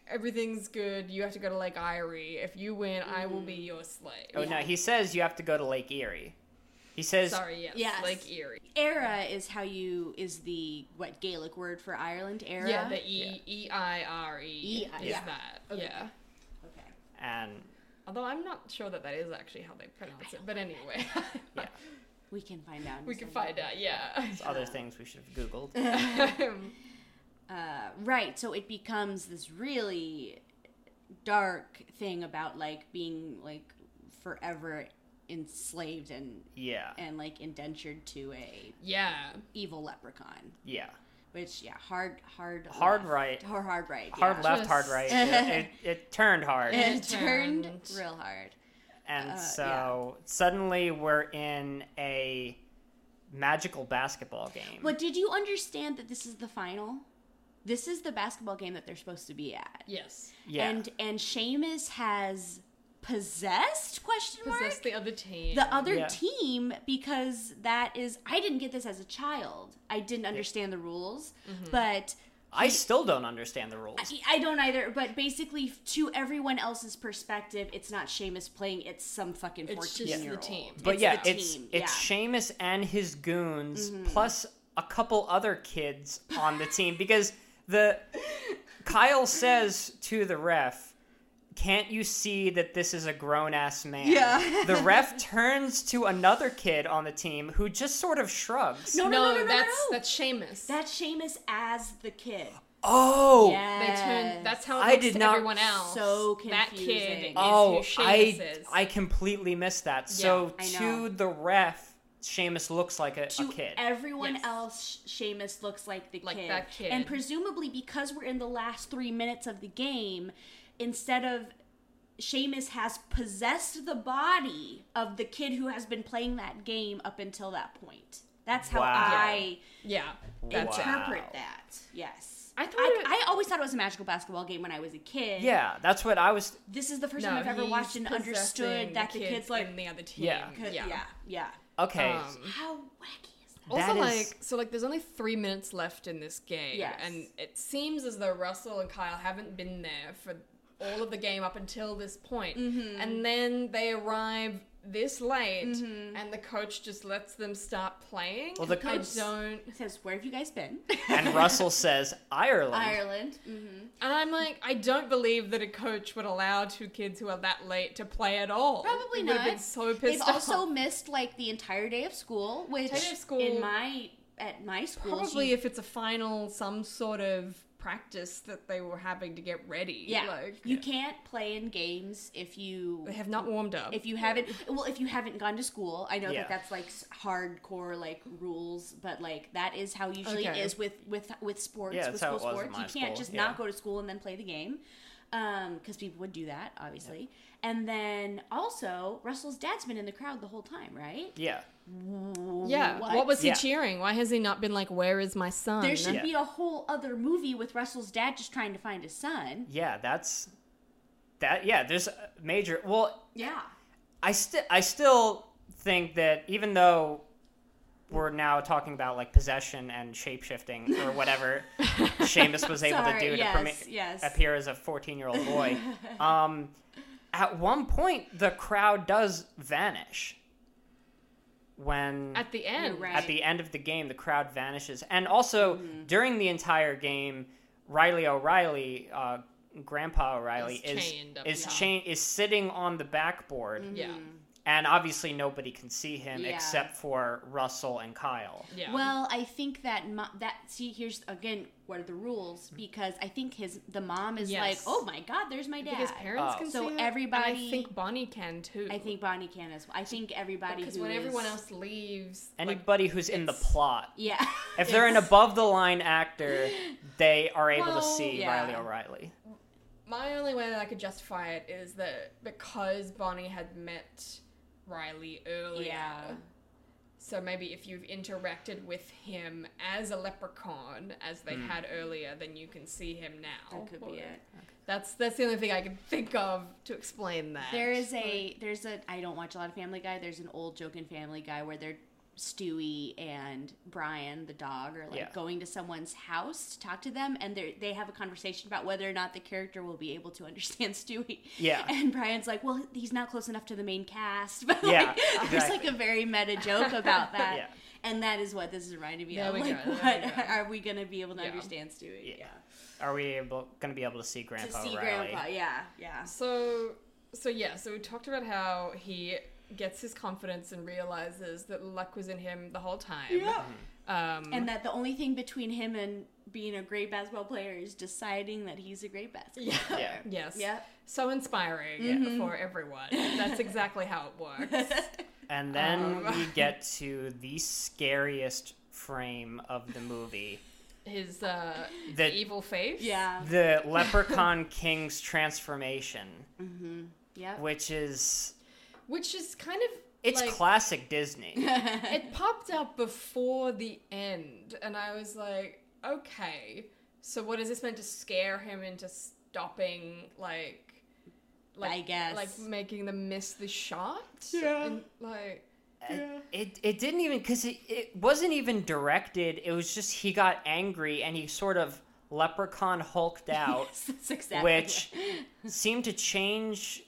B: everything's good. You have to go to Lake Erie. If you win, I will be
C: Mm.
B: your slave.
D: Oh no, he says you have to go to Lake Erie. He says
B: Sorry, yes,
C: Yes.
B: Lake Erie.
C: Era is how you is the what Gaelic word for Ireland. Era.
B: Yeah, the E E I R E
C: E-
B: is
C: yeah.
B: that. Yeah.
C: okay.
D: and
B: Although I'm not sure that that is actually how they pronounce it, but anyway,
D: yeah,
C: We can find out. in
B: we
C: a
B: can
C: second.
B: find out. Yeah. Um,
D: other things we should have googled.
C: Uh, right. So it becomes this really dark thing about like being like forever enslaved and
D: Yeah,
C: and like indentured to a
B: yeah.
C: evil leprechaun.
D: yeah.
C: Which yeah, hard hard
D: Hard
C: left.
D: right.
C: Or hard right.
D: Hard
C: yeah.
D: left,
B: Just-
D: hard right. Yeah, it, it turned hard,
C: And turned,
B: Turned.
C: real hard.
D: and
C: uh,
D: so suddenly we're in a magical basketball game.
C: But did you understand that this is the final? This is the basketball game that they're supposed to be at.
B: Yes.
D: yeah,
C: And and Seamus has possessed question mark
B: Possess the other team.
C: the other
D: Yeah.
C: team because that is I didn't get this as a child. I didn't understand the rules,
B: Mm-hmm.
C: but
D: I still don't understand the rules.
C: I- I don't either. But basically, to everyone else's perspective, it's not Seamus playing; it's some fucking
B: It's just
C: fourteen year
B: the
C: old.
B: team.
D: But
C: it's
D: yeah,
C: the
D: it's
C: team,
D: it's
C: yeah.
D: Seamus and his goons plus a couple other kids on the team because the Kyle says to the ref, "Can't you see that this is a grown ass man?"
F: Yeah.
D: the ref turns to another kid on the team who just sort of shrugs.
C: No, no, no, no, no,
B: that's
C: no.
B: that's Seamus.
C: That's Seamus as the kid.
D: Oh.
B: they
C: Yes.
B: turn. That's how it
D: I
B: looks
D: did
B: to
D: not-
B: everyone else.
C: So
B: that kid
C: confusing.
B: is who
D: Oh,
B: Seamus
D: I
B: is.
D: I completely missed that. so
C: I know.
D: to the ref, Seamus looks like a,
C: to
D: a kid.
C: everyone
B: Yes.
C: else, Seamus looks like the
B: Like
C: kid.
B: that kid.
C: And presumably, because we're in the last three minutes of the game, instead of Seamus has possessed the body of the kid who has been playing that game up until that point. That's how
D: Wow.
C: I
B: yeah, that's
D: Wow.
B: it.
C: interpret that. Yes.
B: I thought
C: I,
B: it-
C: I always thought it was a magical basketball game when I was a kid.
D: yeah, that's what I was.
C: This is the first
B: No,
C: time I've ever
B: he's
C: watched and
B: possessing
C: understood that the kid's like,
B: in the other team.
D: Yeah.
C: yeah. yeah, yeah.
D: Okay,
B: Um,
C: How wacky is that?
B: Also,
D: That is-
B: like, so, like, there's only three minutes left in this game,
C: Yes.
B: and it seems as though Russell and Kyle haven't been there for all of the game up until this point,
C: Mm-hmm.
B: and then they arrive this late,
C: Mm-hmm.
B: and the coach just lets them start playing.
D: Well, the
B: I
D: coach-
B: don't,
C: It says, where have you guys been?
D: and Russell says Ireland.
C: Ireland. Mm-hmm.
B: and I'm like, I don't believe that a coach would allow two kids who are that late to play at all.
C: Probably
B: It would
C: not.
B: Have been so pissed
C: They've
B: off.
C: also missed like the entire day of school, which
B: Entire day of school.
C: in my at my school
B: Probably
C: she-
B: if it's a final, some sort of practice that they were having to get ready.
C: yeah,
B: like,
C: you can't play in games if you
B: they have not warmed up.
C: if you haven't well if you haven't gone to school. I know
D: Yeah.
C: that that's like s- hardcore like rules, but like that is how usually
B: Okay.
C: it is with with with sports
D: Yeah,
C: with
D: that's how
C: school
D: it was at
C: sports.
D: my
C: You can't
D: school,
C: just
D: yeah.
C: not go to school and then play the game. Um, because people would do that, obviously. And then also, Russell's dad's been in the crowd the whole time, right?
D: Yeah,
B: Yeah. What,
C: What?
B: was he
D: Yeah.
B: cheering? Why has he not been like, where is my son?
C: There should
D: Yeah.
C: be a whole other movie with Russell's dad just trying to find his son.
D: yeah, that's that. Yeah, there's a major. Well,
C: Yeah.
D: I still I still think that even though we're now talking about like possession and shapeshifting or whatever Seamus was able to
C: Sorry,
D: do
C: yes,
D: to premi-
C: yes.
D: appear as a 14 year old boy, um, at one point the crowd does vanish when
B: At the end. Mm-hmm.
C: You're right.
D: at the end of the game the crowd vanishes and also during the entire game riley o'reilly uh, grandpa o'reilly
B: Is
D: is
B: chained up, Mm-hmm.
D: is,
B: yeah.
D: chain is sitting on the backboard
B: Yeah.
C: Mm.
D: and obviously nobody can see him
C: Yeah.
D: except for russell and kyle
B: Yeah.
C: Well, I think that mo- that see here's again what are the rules because I think his the mom is
B: Yes.
C: like, "Oh my god, there's my dad."
B: because parents
D: Oh.
B: can
C: So
B: see it, and I
C: everybody-
B: think Bonnie can too.
C: I think Bonnie can as well. I think everybody
B: because
C: who
B: when
C: is-
B: everyone else leaves, like,
D: anybody who's in the plot
C: Yeah.
D: if they're an above the line actor they are able
B: Well,
D: to see
C: yeah.
D: riley o'reilly
B: my only way that I could justify it is that because Bonnie had met Riley earlier.
C: Yeah.
B: So maybe if you've interacted with him as a leprechaun, as they had earlier, then you can see him now.
C: That could be it.
B: That's that's the only thing I can think of to explain that.
C: There is a there's a I don't watch a lot of Family Guy. There's an old joke in Family Guy where they're Stewie and Brian the dog are like
D: Yeah.
C: going to someone's house to talk to them, and they they have a conversation about whether or not the character will be able to understand Stewie.
D: Yeah.
C: and Brian's like, well, he's not close enough to the main cast. But
D: Yeah,
C: like, there's
D: exactly.
C: like a very meta joke about that.
D: Yeah.
C: And that is what this is reminding me
B: There
C: of.
B: we
C: Like,
B: go, there
C: what
B: we go.
C: are we going to be able to
B: Yeah.
C: understand Stewie?
D: Yeah. are we able going to be able to see
C: To
D: grandpa
C: see
D: o'reilly
C: Grandpa. Yeah. Yeah.
B: So, so yeah. So we talked about how he gets his confidence and realizes that luck was in him the whole time. Um,
D: Mm-hmm.
C: And that the only thing between him and being a great basketball player is deciding that he's a great basketball player.
D: yeah
B: yes.
C: Yep.
B: So inspiring
C: Mm-hmm.
B: for everyone. That's exactly how it works.
D: And then
B: Um.
D: we get to the scariest frame of the movie.
B: His uh,
D: The
B: evil face.
C: Yeah.
D: the Leprechaun King's transformation,
C: Yep.
D: which is
B: Which is kind of
D: it's
B: like,
D: classic Disney.
B: it popped up before the end, and I was like, okay, so what is this meant to scare him into stopping, like, like
C: I guess.
B: like making them miss the shot?
D: Yeah.
B: And, like,
D: It it didn't even cuz it, it wasn't even directed. It was just he got angry and he sort of leprechaun hulked out,
C: That's exactly
D: which
C: what-
D: seemed to change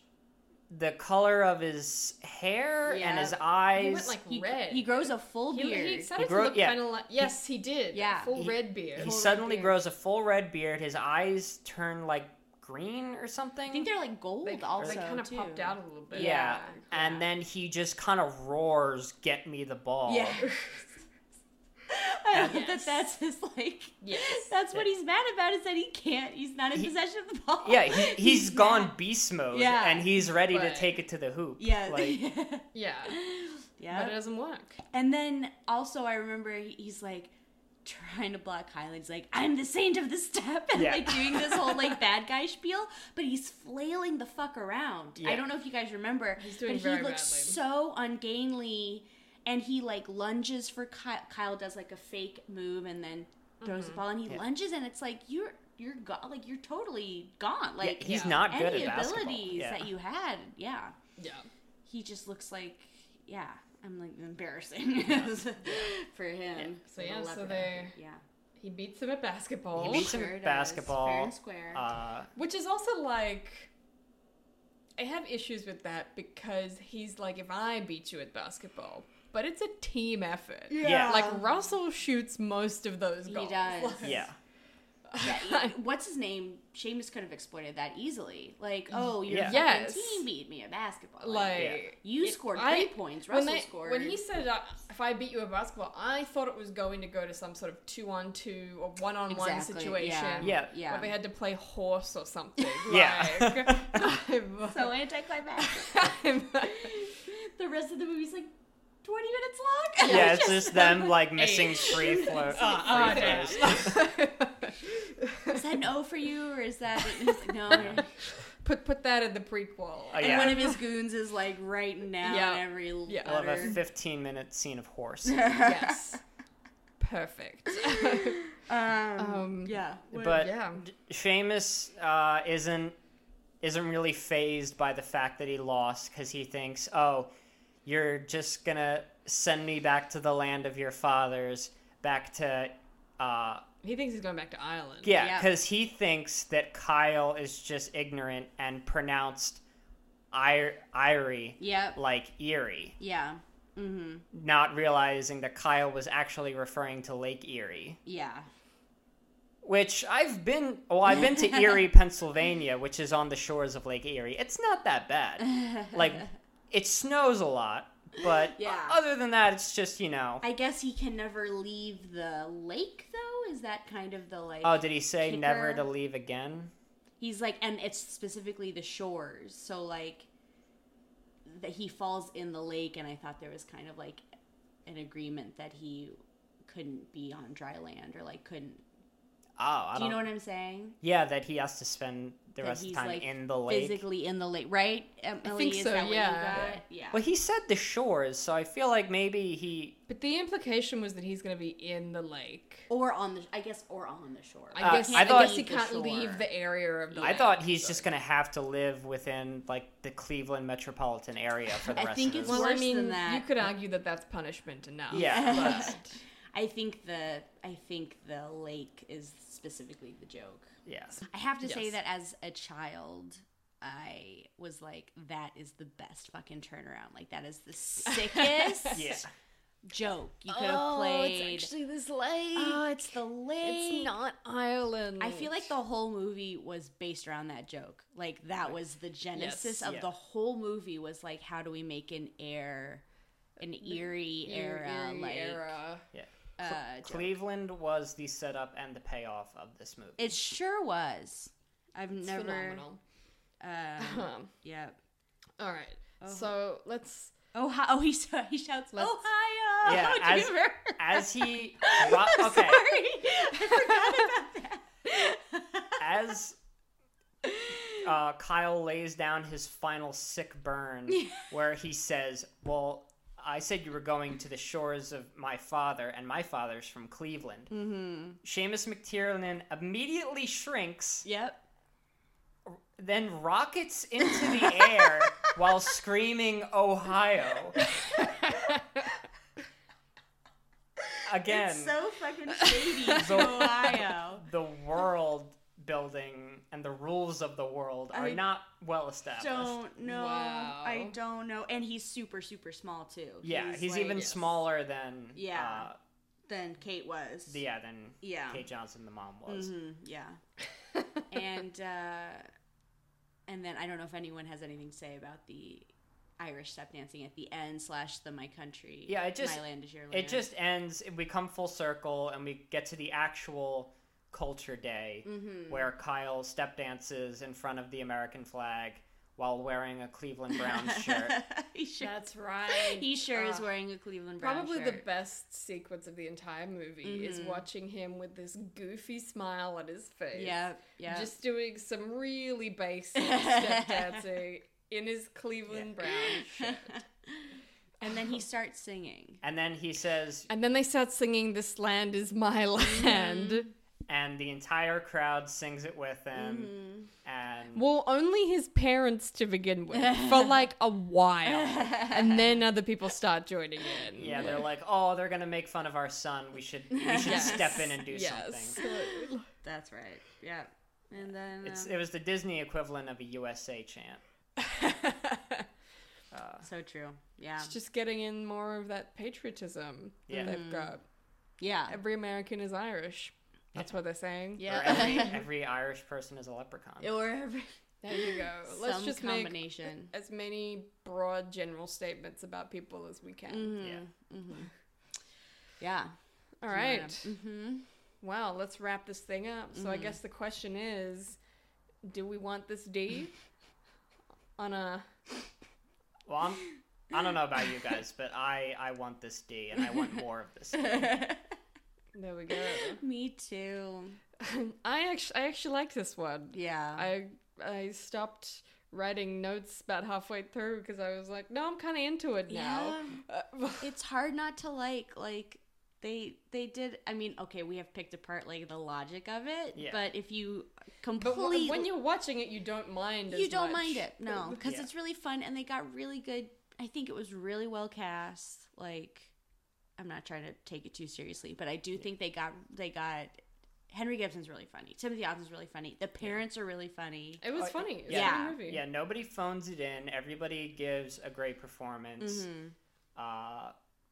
D: the color of his hair and
C: Yeah.
D: his
C: He
D: eyes.
B: He went like
C: He,
B: red.
C: he grows a full
B: He-
C: beard.
B: He, started
D: He grow-
B: to look
D: yeah.
B: kind of like. Yes, he did.
C: Yeah.
B: Full
D: He-
B: red beard.
D: he
C: full red
D: suddenly
C: beard.
D: grows a full red beard. His eyes turn like green or something.
C: I think they're like gold
B: They,
C: also.
B: kind of
C: too.
B: popped out a little bit.
D: yeah.
C: yeah.
D: And then he just kind of roars, "Get me the ball!"
C: Yeah. I love
B: Yes.
C: that that's his like
B: Yes.
C: that's what he's mad about is that he can't he's not in
D: He-
C: possession of the ball.
D: Yeah, he, he's
C: mad.
D: gone beast mode,
C: Yeah.
D: and he's ready to
B: But-
D: take it to the hoop.
C: Yeah.
D: like
B: Yeah. But it
C: yeah.
B: doesn't work.
C: And then also I remember he- he's like trying to block Highland. He's like, I'm the saint of the step and
D: Yeah.
C: like doing this whole like bad guy spiel, but he's flailing the fuck around.
D: Yeah.
C: I don't know if you guys remember.
B: He's doing
C: but
B: very
C: he looks
B: badly.
C: so ungainly and he like lunges for Kyle. Kyle does like a fake move and then throws
B: Mm-hmm.
C: the ball and he
D: Yeah.
C: lunges and it's like you're you're gone like you're totally gone.
D: yeah,
C: Like
D: he's
B: yeah.
D: not good
C: any
D: at basketball.
C: abilities
D: Yeah.
C: that you had, yeah
B: Yeah.
C: he just looks like yeah i'm like embarrassing for him
B: So,
C: The
B: yeah, so
C: leopard.
B: they-
C: yeah
B: He beats him at basketball.
D: He beats him
C: Sure
D: at
C: does.
D: basketball.
C: fair and square
D: Uh,
B: Which is also like I have issues with that because he's like if I beat you at basketball, but it's a team effort.
D: Yeah.
B: Like Russell shoots most of those
C: He
B: goals.
C: does.
B: Like-
D: yeah,
C: yeah, he- what's his name Seamus could have exploited that easily like oh your
D: Yeah.
C: fucking
B: Yes.
C: team beat me at basketball
B: Like
C: you
B: it-
C: scored
B: I-
C: three points russell
B: when they,
C: scored
B: When he said uh, if I beat you at basketball, I thought it was going to go to some sort of two on two or one on one
C: Exactly,
B: situation.
C: yeah.
D: yeah,
C: yeah
B: Where they had to play horse or something.
D: Yeah.
B: Like, I'm-
C: so anticlimactic
B: I'm-
C: the rest of the movie's like 20 minutes long
D: yeah. It's just them like missing
B: Eight.
D: free flow.
C: Uh,
B: Ah,
D: free
B: damn.
D: throws. Uh,
C: is that an o for you or is that and he's like, no
B: put put that in the prequel.
D: Oh,
C: And one
D: yeah.
C: of his goons is like writing down
B: Yeah.
C: every
B: Yeah.
D: I love a
C: letter.
D: 15 minute scene of horse.
B: yes. Perfect.
C: Um,
B: um,
C: yeah.
D: but
B: yeah.
D: d- Seamus uh, isn't isn't really phased by the fact that he lost because he thinks, oh, you're just gonna send me back to the land of your fathers, back to. Uh,
B: He thinks he's going back to Ireland.
D: yeah,
C: Yeah.
D: because he thinks that Kyle is just ignorant and pronounced ir- Irie
C: Yep.
D: like Erie,
C: Yeah. Mm-hmm.
D: not realizing that Kyle was actually referring to Lake Erie.
C: Yeah.
D: which I've been. Well, I've been to Erie, Pennsylvania, which is on the shores of Lake Erie. It's not that bad. Like, it snows a lot, but
C: Yeah.
D: other than that, it's just you know.
C: I guess he can never leave the lake, though. Is that kind of the like?
D: Oh, did he say never to
C: Kicker.
D: leave again?
C: He's like, and it's specifically the shores. So like, that he falls in the lake, and I thought there was kind of like an agreement that he couldn't be on dry land or like couldn't.
D: Oh, I
C: Do
D: don't.
C: you know what I'm saying?
D: yeah, that he has to spend the
C: That
D: rest of
C: he's,
D: the time
C: like,
D: in the lake.
C: Physically in the lake, right? Emily,
B: think
C: is
B: so,
C: that what you
B: yeah.
C: got? Yeah.
D: Well, he said the shores, so I feel like maybe he.
B: But the implication was that he's going to be in the lake.
C: Or on the, I guess, or on the shore.
B: I
D: Uh,
B: guess
D: I
B: I,
D: thought-
B: guess he can't leave the area of the
D: I
B: lake.
D: thought he's just gonna have to live within like the Cleveland metropolitan area for the
C: I
D: rest
C: think
D: of
C: it's
D: his
B: well, I
C: worse
B: mean,
C: than that.
B: you could argue that that's punishment enough.
D: Yeah.
B: But
C: I think the I think the lake is specifically the joke.
D: yes.
C: I have to say
B: Yes.
C: that as a child, I was like, that is the best fucking turnaround. Like that is the sickest
D: Yeah.
C: joke you could have played.
B: Oh, this lake.
C: oh, it's the lake.
B: not Ireland.
C: I feel like the whole movie was based around that joke. Like that was the genesis
B: Yes.
C: of
D: Yeah.
C: the whole movie was like how do we make an air an eerie era like
D: Yeah.
C: uh joke.
D: Cleveland was the setup and the payoff of this movie.
C: It sure was. I've
B: It's
C: never.
B: phenomenal.
C: Um,
B: Um,
C: yeah.
B: all right. So let's.
C: Oh, hi- oh, he, sh- he shouts
B: Let's-
C: Ohio.
D: Yeah,
C: to
D: as-
C: her.
D: As he ro- okay, as uh, Kyle lays down his final sick burn, where he says, "Well, I said you were going to the shores of my father, and my father's from Cleveland." Mm-hmm. Seamus McTiernan immediately shrinks,
C: Yep.
D: then rockets into the air while screaming "Ohio." Again,
C: So fucking shady.
D: So-
C: Ohio.
D: the world building and the rules of the world are
E: I
D: not well established.
E: Don't know. I
B: Wow.
E: don't know. And he's super, super small too.
D: yeah, he's,
E: like-
D: even smaller than
E: Yeah.
D: uh,
E: than Kate was.
D: the- yeah than
E: Yeah.
D: Kate Johnson the mom was.
E: Mhm, yeah.
C: and uh, and then I don't know if anyone has anything to say about the Irish step dancing at the end slash the my country.
D: Yeah, it just-
C: my land is your land.
D: It just ends. We come full circle and we get to the actual culture day where Kyle step dances in front of the American flag while wearing a Cleveland Browns shirt.
E: he sure,
B: That's right.
C: he sure is
B: Uh,
C: wearing a Cleveland Brown
B: Probably the
C: shirt. Mm-hmm.
B: best sequence of the entire movie is watching him with this goofy smile on his face.
C: yeah yeah
B: Just doing some really basic step dancing in his Cleveland Brown shirt.
C: and then he starts singing.
D: And then he says,
B: And then they start singing This Land Is My
C: Mm-hmm.
B: Land.
D: and the entire crowd sings it with him. And
B: Well, only his parents to begin with for like a while. And then other people start joining in.
D: yeah, they're like, oh, they're gonna make fun of our son. We should, we should
B: Yes.
D: step in and do
B: Yes.
D: something.
E: that's right. Yeah. And then
C: Uh-huh.
D: It's,
C: uh,
E: um,
D: it was the Disney equivalent of a USA chant.
E: so true.
C: Um,
E: Yeah.
B: It's just getting in more of that patriotism
D: Yeah.
B: that they've got.
C: Mm-hmm.
E: Yeah.
B: Every American is Irish. That's what they're saying.
D: Or
C: Yeah,
D: every, every Irish person is a leprechaun.
C: or every,
B: There you go. Let's
C: some
B: just make
C: combination.
B: as many broad general statements about people as we can.
D: Yeah.
C: yeah,
B: All right. Wow, Mm-hmm. let's wrap this thing up. So I guess the question is, do we want this D on a
D: Well, I'm, I don't know about you guys, but I, I want this D, and I want more of this. D.
B: There we go.
C: me too.
B: I actually I actually like this one.
C: Yeah,
B: I I stopped writing notes about halfway through because I was like, no, I'm kind of into it now. Uh,
C: it's hard not to like like they they did i mean okay we have picked apart like the logic of it
D: Yeah.
C: but if you
B: but w-
C: completely
B: when you're watching it, you don't mind.
C: you
B: as
C: don't
B: much.
C: mind it no because
D: Yeah.
C: it's really fun and they got really good i think it was really well cast like i'm not trying to take it too seriously but i do think they got they got henry gibson's really funny timothy Othman's really funny the parents are really funny
B: It was funny. It was
C: yeah.
B: a funny movie.
D: Oh, Yeah, nobody phones it in. Everybody gives a great performance.
C: Mm-hmm.
D: Uh,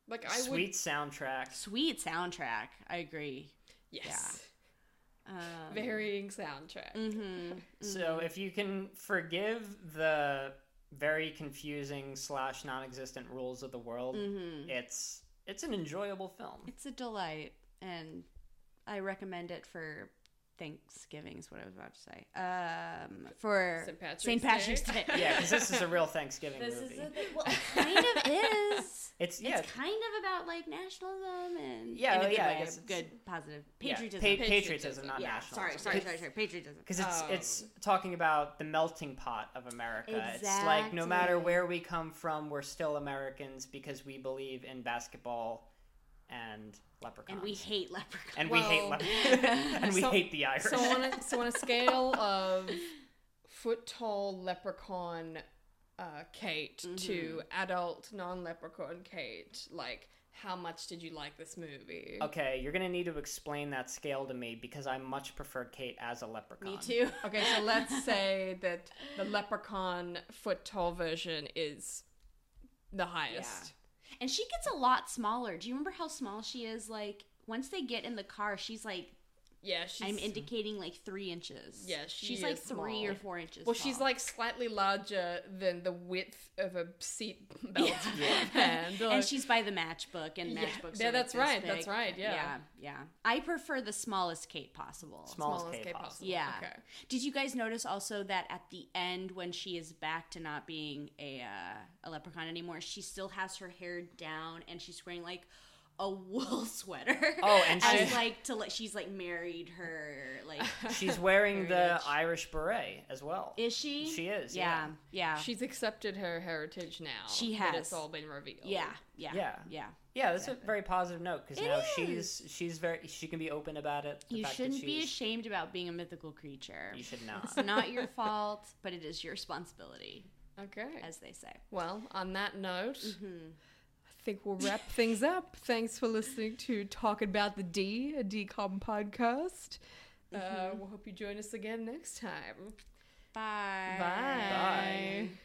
B: Like I
D: sweet
B: would.
D: soundtrack.
C: sweet soundtrack i agree
B: Yes.
C: um, mm-hmm,
B: Varying soundtrack.
D: So if you can forgive the very confusing slash non-existent rules of the world,
C: Mm-hmm.
D: it's it's an enjoyable film.
C: It's a delight, and I recommend it for Thanksgiving. Is what I was about to say. Um, for
B: St. Patrick's
C: St. Patrick's Day.
D: Yeah, because this is a real Thanksgiving
E: This
D: movie.
E: is a, well, it
C: kind of is.
D: It's yeah,
C: It's kind of about like nationalism and
D: Yeah,
C: in a
D: well,
C: good
D: yeah, I
C: way,
D: guess it's-
C: good positive
D: yeah,
C: patriotism.
D: pa-
C: Yeah,
D: patriotism,
B: Patriotism.
D: not
C: Yeah,
D: nationalism.
C: sorry, sorry, sorry, sorry, patriotism.
D: Because it's
B: Um,
D: it's talking about the melting pot of America. It's like no matter
C: Exactly.
D: where we come from, we're still Americans because we believe in basketball and leprechauns.
C: And we hate leprechauns.
D: and we hate
B: Well-
D: leprechauns. and we
B: So-
D: hate the Irish.
B: So on a, so on a scale of foot tall leprechaun uh, Kate to adult non leprechaun Kate, like how much did you like this movie?
D: Okay, you're gonna need to explain that scale to me because I much prefer Kate as a leprechaun.
C: Me too.
B: Okay, so let's say that the leprechaun foot tall version is the highest.
C: And she gets a lot smaller. Do you remember how small she is? Like once they get in the car, she's like
B: Yeah, she's
C: I'm indicating like three inches.
B: Yeah, she
C: she's like
B: is
C: three
B: small.
C: or four inches.
B: well, she's
C: tall.
B: like slightly larger than the width of a seat belt. And,
C: and
B: like-
C: she's by the matchbook and
B: Yeah,
C: matchbooks.
B: yeah,
C: are, like,
B: that's
C: this
B: right, that's
C: big.
B: right, yeah.
C: yeah, yeah. I prefer the smallest Kate possible.
D: Smallest,
B: Smallest
D: Kate
B: Kate
D: possible.
B: possible.
C: Yeah.
B: Okay.
C: Did you guys notice also that at the end, when she is back to not being a uh, a leprechaun anymore, she still has her hair down and she's wearing like a wool sweater.
D: Oh, and
C: as
D: she-
C: like to like she's like married her like
D: She's wearing the
C: Heritage.
D: Irish beret as well.
C: is she?
D: She is,
C: Yeah, yeah,
B: She's accepted her heritage now.
C: She
B: that
C: has.
B: it's all been revealed.
C: yeah, yeah,
D: Yeah.
C: yeah.
D: yeah, that's a very positive note because
C: It
D: now
C: is.
D: she's she's very she can be open about it. The
C: You
D: fact that
C: shouldn't be
D: she's-
C: ashamed about being a mythical creature.
D: You should not.
C: It's not your fault, but it is your responsibility,
B: Okay.
C: as Mm-hmm. they say.
B: well, on that note, I think we'll wrap things up. Thanks for listening to Talk About the D, a DCOM podcast.
C: Mm-hmm.
B: Uh, we'll hope you join us again next time.
C: Bye.
B: Bye.
D: Bye.